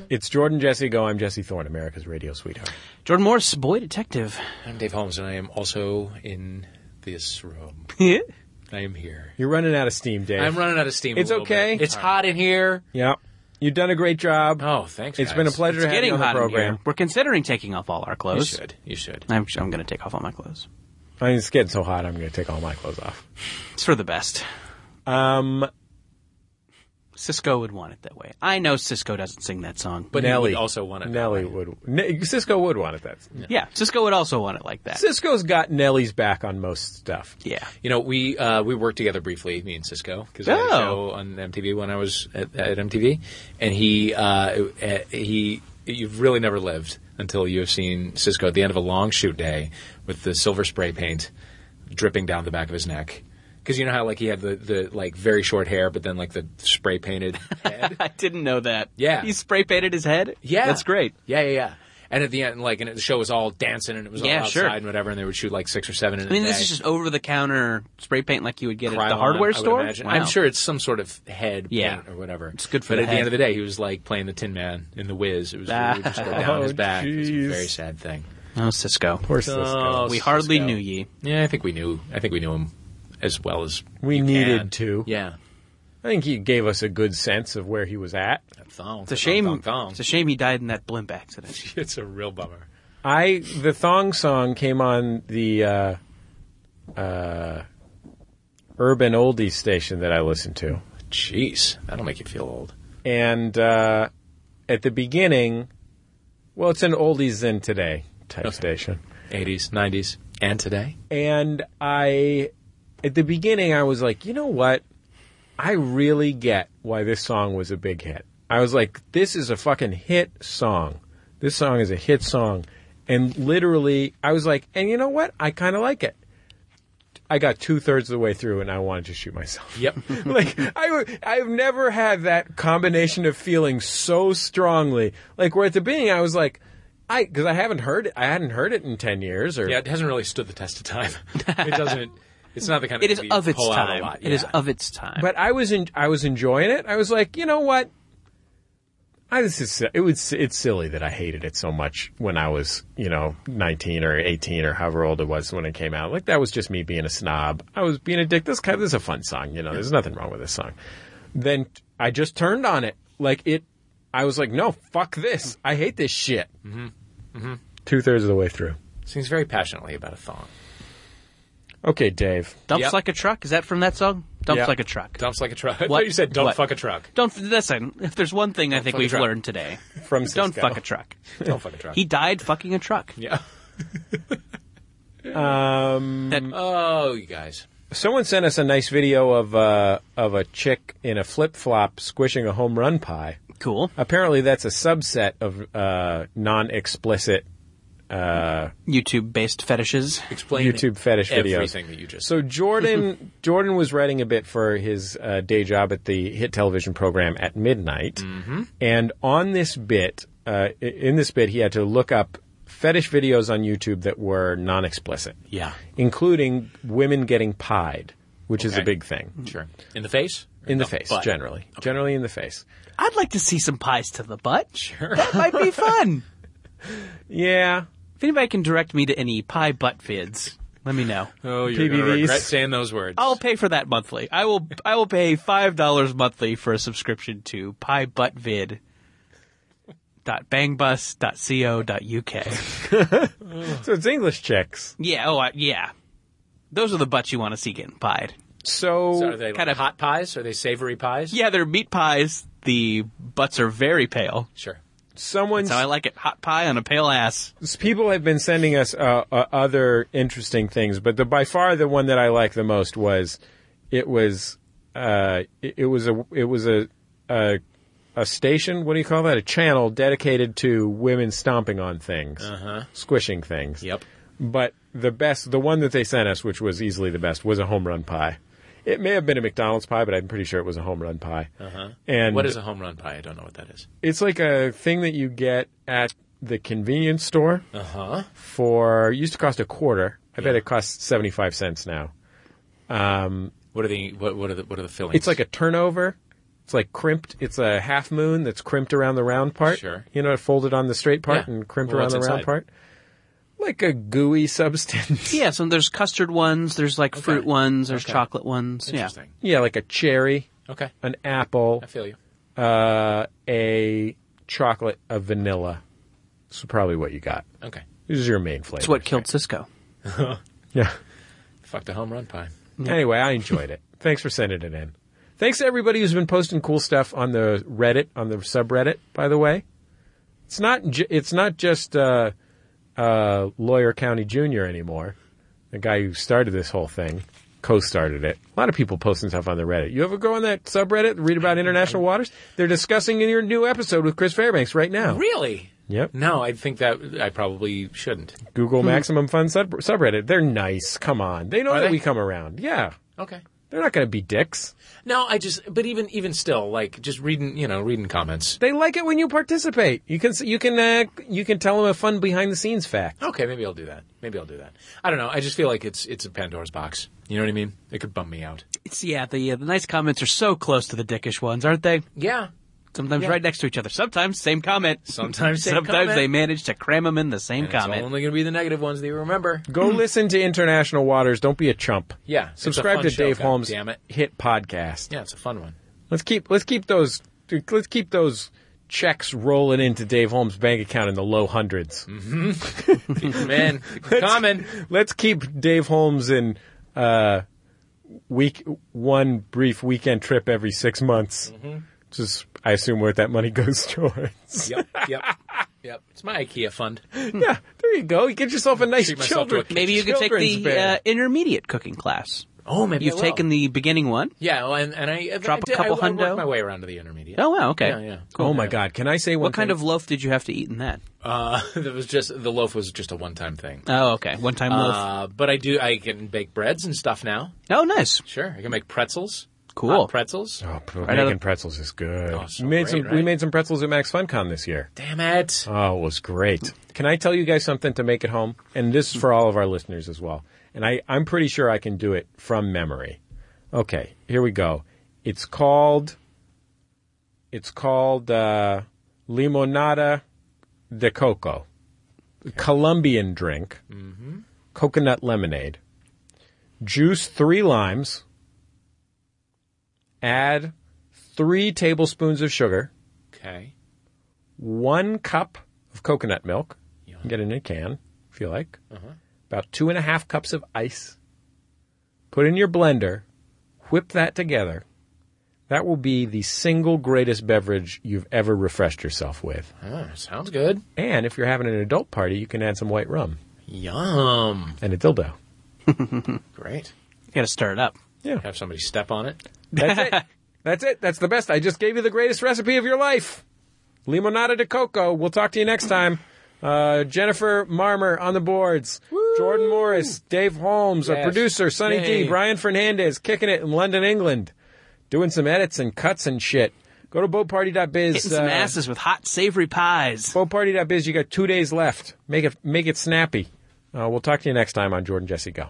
Speaker 2: It's Jordan Jesse Go. I'm Jesse Thorne, America's radio sweetheart.
Speaker 3: Jordan Morris, Boy Detective.
Speaker 4: I'm Dave Holmes and I am also in this room.
Speaker 3: Yeah.
Speaker 4: I am here.
Speaker 2: You're running out of steam, Dave.
Speaker 4: I'm running out of steam. a
Speaker 2: It's
Speaker 4: little
Speaker 2: okay.
Speaker 4: bit. It's hot in here.
Speaker 2: yeah. You've done a great job.
Speaker 4: Oh, thanks.
Speaker 2: It's
Speaker 4: guys.
Speaker 2: been a pleasure
Speaker 3: It's
Speaker 2: having you
Speaker 3: getting
Speaker 2: on
Speaker 3: hot
Speaker 2: the
Speaker 3: in
Speaker 2: program.
Speaker 3: here. We're considering taking off all our
Speaker 4: You
Speaker 3: clothes.
Speaker 4: should. You should.
Speaker 3: I'm, I'm going to take off all my clothes.
Speaker 2: I mean, it's getting so hot. I'm going to take all my clothes off.
Speaker 3: It's for the best.
Speaker 2: Um,
Speaker 3: Cisco would want it that way. I know Cisco doesn't sing that song,
Speaker 4: But
Speaker 2: Nelly
Speaker 4: Nelly also want it.
Speaker 2: Nelly would. Ne- Cisco would want it. That
Speaker 3: yeah, Cisco would also want it like that.
Speaker 2: Cisco's got Nelly's back on most stuff.
Speaker 3: yeah.
Speaker 4: You know, we uh, we worked together briefly, me and Cisco, because I had a
Speaker 3: Oh.
Speaker 4: show on MTV when I was at, at MTV, and he uh, uh, he you've really never lived until you have seen Cisco at the end of a long shoot day with the silver spray paint dripping down the back of his neck. Because you know how like he had the, the like very short hair, but then like the spray painted head.
Speaker 3: I didn't know that.
Speaker 4: Yeah.
Speaker 3: He spray painted his head?
Speaker 4: Yeah,
Speaker 3: That's great.
Speaker 4: Yeah, yeah, yeah. And at the end, like, and the show was all dancing, and it was all
Speaker 3: Yeah,
Speaker 4: outside
Speaker 3: sure.
Speaker 4: and whatever, and they would shoot like six or seven. In
Speaker 3: I mean,
Speaker 4: a
Speaker 3: this
Speaker 4: day.
Speaker 3: is just over the counter spray paint like you would get at the
Speaker 4: Krylon,
Speaker 3: hardware
Speaker 4: I would
Speaker 3: store.
Speaker 4: imagine.
Speaker 3: Wow.
Speaker 4: I'm sure it's some sort of head
Speaker 3: Yeah.
Speaker 4: paint or whatever.
Speaker 3: It's good for
Speaker 4: But
Speaker 3: the
Speaker 4: at the
Speaker 3: head.
Speaker 4: end of the day, he was like playing the Tin Man in the Whiz. It was it would just go down his back. It was a
Speaker 2: jeez.
Speaker 4: very sad thing.
Speaker 3: Oh, Cisco.
Speaker 2: Poor Cisco.
Speaker 3: Oh, we hardly
Speaker 4: Oh, Cisco.
Speaker 3: knew ye.
Speaker 4: Yeah, I think we knew. I think we knew him as well as
Speaker 2: We
Speaker 4: you
Speaker 2: needed
Speaker 4: can.
Speaker 2: to.
Speaker 4: Yeah.
Speaker 2: I think he gave us a good sense of where he was at.
Speaker 4: Thong,
Speaker 3: It's a shame.
Speaker 4: Thong, thong.
Speaker 3: It's a shame he died in that blimp accident.
Speaker 4: It's a real bummer.
Speaker 2: I the thong song came on the uh, uh, urban oldies station that I listened to,
Speaker 4: Jeez, that'll make you feel old.
Speaker 2: and uh, at the beginning, well, it's an oldies then today type station,
Speaker 4: 80s, 90s, and today.
Speaker 2: and I at the beginning I was like, you know what, I really get why this song was a big hit. I was like, this is a fucking hit song. This song is a hit song. And literally, I was like, and you know what? I kind of like it. I got two thirds of the way through and I wanted to shoot myself.
Speaker 4: Yep.
Speaker 2: like, I, w- I've never had that combination of feelings so strongly. Like, where at the beginning, I was like, I, because I haven't heard it, I hadn't heard it in 10 years or
Speaker 4: Yeah, it hasn't really stood the test of time. It doesn't. It's not the kind of
Speaker 3: It is
Speaker 4: thing you
Speaker 3: of its
Speaker 4: pull out a
Speaker 3: time.
Speaker 4: lot.
Speaker 3: It is
Speaker 4: Yeah.
Speaker 3: of its time.
Speaker 2: but I was in, I was enjoying it. I was like, you know what? I, this is si- it was it's silly that I hated it so much when I was you know nineteen or eighteen or however old it was when it came out. Like that was just me being a snob. I was being a dick. This kind this is a fun song. You know, there's nothing wrong with this song. Then I just turned on it. Like it, I was like, no, fuck this. I hate this shit. Mm-hmm. Mm-hmm. Two thirds of the way through.
Speaker 4: Sings very passionately about a thong.
Speaker 2: Okay, Dave.
Speaker 3: Dumps
Speaker 4: Yep.
Speaker 3: like a truck. Is that from that song? Dumps
Speaker 2: Yep.
Speaker 3: like a truck.
Speaker 4: Dumps like a truck. I
Speaker 3: What-
Speaker 4: thought you said don't
Speaker 3: what?
Speaker 4: fuck a truck.
Speaker 3: Don't listen. If there's one thing I think
Speaker 4: fuck a
Speaker 3: we've
Speaker 4: truck.
Speaker 3: learned today,
Speaker 2: From
Speaker 3: don't
Speaker 2: Cisco.
Speaker 3: fuck a truck.
Speaker 4: Don't fuck a truck.
Speaker 3: He died fucking a truck.
Speaker 4: yeah.
Speaker 2: Um,
Speaker 4: Oh, you guys.
Speaker 2: Someone sent us a nice video of uh, of a chick in a flip flop squishing a home run pie.
Speaker 3: Cool.
Speaker 2: Apparently, that's a subset of uh, non-explicit uh,
Speaker 3: YouTube based fetishes.
Speaker 4: Explain
Speaker 2: YouTube fetish videos.
Speaker 4: Everything that you just
Speaker 2: So Jordan Jordan was writing a bit for his uh, day job at the hit television program at midnight,
Speaker 4: Mm-hmm.
Speaker 2: and on this bit, uh, i- in this bit, he had to look up fetish videos on YouTube that were non-explicit,
Speaker 3: Yeah.
Speaker 2: including women getting pied, which is a
Speaker 4: Okay.
Speaker 2: big thing
Speaker 4: Sure. In the face?
Speaker 2: in the face
Speaker 3: butt.
Speaker 2: generally, generally in the face.
Speaker 3: I'd like to see some pies to the butt. Sure. That might be fun.
Speaker 2: Yeah,
Speaker 3: if anybody can direct me to any pie butt vids, let me know.
Speaker 4: Oh, you're going to
Speaker 2: PBVs.
Speaker 4: regret saying those words.
Speaker 3: I'll pay for that monthly. I will I will pay five dollars monthly for a subscription to pie butt vid dot bangbus dot co dot uk.
Speaker 2: so it's English chicks.
Speaker 3: Yeah, oh I, yeah. Those are the butts you want to see getting pied.
Speaker 2: So,
Speaker 4: So are they
Speaker 3: Kind
Speaker 4: kind
Speaker 3: of-
Speaker 4: of hot pies? Are they savory pies?
Speaker 3: Yeah, they're meat pies. The butts are very pale.
Speaker 4: Sure.
Speaker 2: someone's
Speaker 3: So I like it. Hot pie on a pale ass.
Speaker 2: people have been sending us uh, uh, other interesting things, but the by far the one that I like the most was it was uh, it, it was a it was a, a a station. What do you call that? A channel dedicated to women stomping on things, squishing things.
Speaker 4: Uh-huh. Yep.
Speaker 2: But the best, the one that they sent us, which was easily the best, was a home run pie. It may have been a McDonald's pie, but I'm pretty sure it was a home run pie. Uh-huh. And
Speaker 4: What is a home run pie? I don't know what that is.
Speaker 2: it's like a thing that you get at the convenience store.
Speaker 4: Uh-huh.
Speaker 2: For it used to cost a quarter. I bet it costs seventy five cents now.
Speaker 4: What are the what, what are the what are the fillings?
Speaker 2: It's like a turnover. It's like crimped. It's a half moon that's crimped around the round part.
Speaker 4: Sure.
Speaker 2: You know, folded on the straight part
Speaker 4: Yeah.
Speaker 2: and crimped
Speaker 4: Well,
Speaker 2: around
Speaker 4: what's
Speaker 2: the round
Speaker 4: inside?
Speaker 2: part. Like a gooey substance.
Speaker 3: Yeah, so there's custard ones, there's like fruit ones, there's chocolate ones. Yeah.
Speaker 4: interesting.
Speaker 2: yeah, like a cherry,
Speaker 4: Okay,
Speaker 2: an apple,
Speaker 4: I feel you.
Speaker 2: uh, a chocolate, a vanilla. This is probably what you got.
Speaker 4: Okay,
Speaker 2: This is your main flavor.
Speaker 3: It's what killed Cisco.
Speaker 2: Yeah.
Speaker 4: fuck the home run pie.
Speaker 2: Anyway, I enjoyed it. Thanks for sending it in. Thanks to everybody who's been posting cool stuff on the Reddit, on the subreddit. By the way, it's not ju- it's not just uh, uh, Lawyer County Junior anymore. The guy who started this whole thing co-started it. A lot of people posting stuff on the Reddit. You ever go on that subreddit and read about international waters? They're discussing your new episode with Chris Fairbanks right now.
Speaker 4: Really?
Speaker 2: Yep.
Speaker 4: No, I think that I probably shouldn't.
Speaker 2: Google Maximum Fun sub- subreddit. They're nice. Come on, they know
Speaker 4: Hmm. Are
Speaker 2: that
Speaker 4: they?
Speaker 2: we come around. Yeah,
Speaker 4: Okay.
Speaker 2: they're not going to be dicks.
Speaker 4: No, I just but even even still, like just reading you know reading comments.
Speaker 2: They like it when you participate. You can you can uh, you can tell them a fun behind the scenes fact.
Speaker 4: Okay, maybe I'll do that. Maybe I'll do that. I don't know. I just feel like it's it's a Pandora's box. You know what I mean? It could bump me out.
Speaker 3: It's yeah, the uh, the nice comments are so close to the dickish ones, aren't they?
Speaker 4: Yeah.
Speaker 3: Sometimes right next to each other. Sometimes same comment.
Speaker 4: Sometimes same
Speaker 3: sometimes
Speaker 4: comment.
Speaker 3: they manage to cram them in the same
Speaker 4: It's
Speaker 3: comment.
Speaker 4: only going to be the negative ones that you remember.
Speaker 2: Go listen to International Waters. Don't be a chump.
Speaker 4: Hmm. Yeah, it's a
Speaker 2: Subscribe
Speaker 4: fun
Speaker 2: to
Speaker 4: show,
Speaker 2: Dave
Speaker 4: God
Speaker 2: Holmes'
Speaker 4: damn it.
Speaker 2: hit podcast.
Speaker 4: Yeah, it's a fun one.
Speaker 2: Let's keep let's keep those let's keep those checks rolling into Dave Holmes' bank account in the low 100s
Speaker 4: Mm. Man, common.
Speaker 2: Let's keep Dave Holmes in uh, week one brief weekend trip every six months.
Speaker 4: Mm-hmm.
Speaker 2: Just I assume where that money goes towards.
Speaker 4: Yep, yep, yep. It's my IKEA fund.
Speaker 2: Yeah, there you go. You get yourself a nice
Speaker 4: Treat myself to
Speaker 2: children.
Speaker 4: a-
Speaker 3: Maybe you could take
Speaker 2: children's
Speaker 3: the
Speaker 2: bear.
Speaker 3: uh, intermediate cooking class.
Speaker 4: Oh, maybe
Speaker 3: You've
Speaker 4: I will.
Speaker 3: taken the beginning one.
Speaker 4: Yeah, well, and, and I
Speaker 3: Drop
Speaker 4: I
Speaker 3: a
Speaker 4: did-
Speaker 3: couple
Speaker 4: I, I
Speaker 3: hundo.
Speaker 4: worked my way around to the intermediate.
Speaker 3: Oh wow, okay.
Speaker 4: Yeah, yeah.
Speaker 2: Oh my God! Can I say one
Speaker 3: What kind of loaf did you have to eat in that?
Speaker 4: Uh, that was just the loaf was just a one time thing.
Speaker 3: Oh, okay. One time loaf.
Speaker 4: Uh, but I do I can bake breads and stuff now.
Speaker 3: Oh, nice.
Speaker 4: Sure, I can make pretzels.
Speaker 3: Cool.
Speaker 4: Hot pretzels.
Speaker 2: Oh, pr-
Speaker 3: Right out
Speaker 2: making
Speaker 3: of-
Speaker 2: pretzels is good.
Speaker 4: Oh, so
Speaker 2: we made
Speaker 4: great,
Speaker 2: some. We
Speaker 4: right?
Speaker 2: made some pretzels at Max FunCon this year.
Speaker 4: Damn it!
Speaker 2: Oh, it was great. Can I tell you guys something to make at home? And this is for all of our listeners as well. And I, I'm pretty sure I can do it from memory. Okay, here we go. It's called. It's called uh, limonada de coco, Colombian drink, Mm-hmm. coconut lemonade. Juice three limes. Add three tablespoons of sugar
Speaker 4: Okay.
Speaker 2: one cup of coconut milk. You can get it in a can if you like. About two and a half cups of ice. Put in your blender, whip that together. That will be the single greatest beverage you've ever refreshed yourself with.
Speaker 4: Oh, sounds good.
Speaker 2: And if you're having an adult party, you can add some white rum
Speaker 4: Yum.
Speaker 2: and a dildo.
Speaker 4: Great.
Speaker 3: You got to stir it up.
Speaker 4: Have somebody step on it.
Speaker 2: That's it. That's it. That's the best. I just gave you the greatest recipe of your life. Limonada de coco. We'll talk to you next time. Uh, Jennifer Marmer on the boards. Jordan Morris, Dave Holmes, our
Speaker 4: Yes.
Speaker 2: producer, Sonny
Speaker 4: Yay.
Speaker 2: D, Brian Fernandez, kicking it in London, England, doing some edits and cuts and shit. Go to boatparty.biz.
Speaker 3: Hitting some
Speaker 2: uh,
Speaker 3: asses with hot savory pies.
Speaker 2: boatparty.biz. You got two days left. Make it, make it snappy. Uh, we'll talk to you next time on Jordan Jesse Go.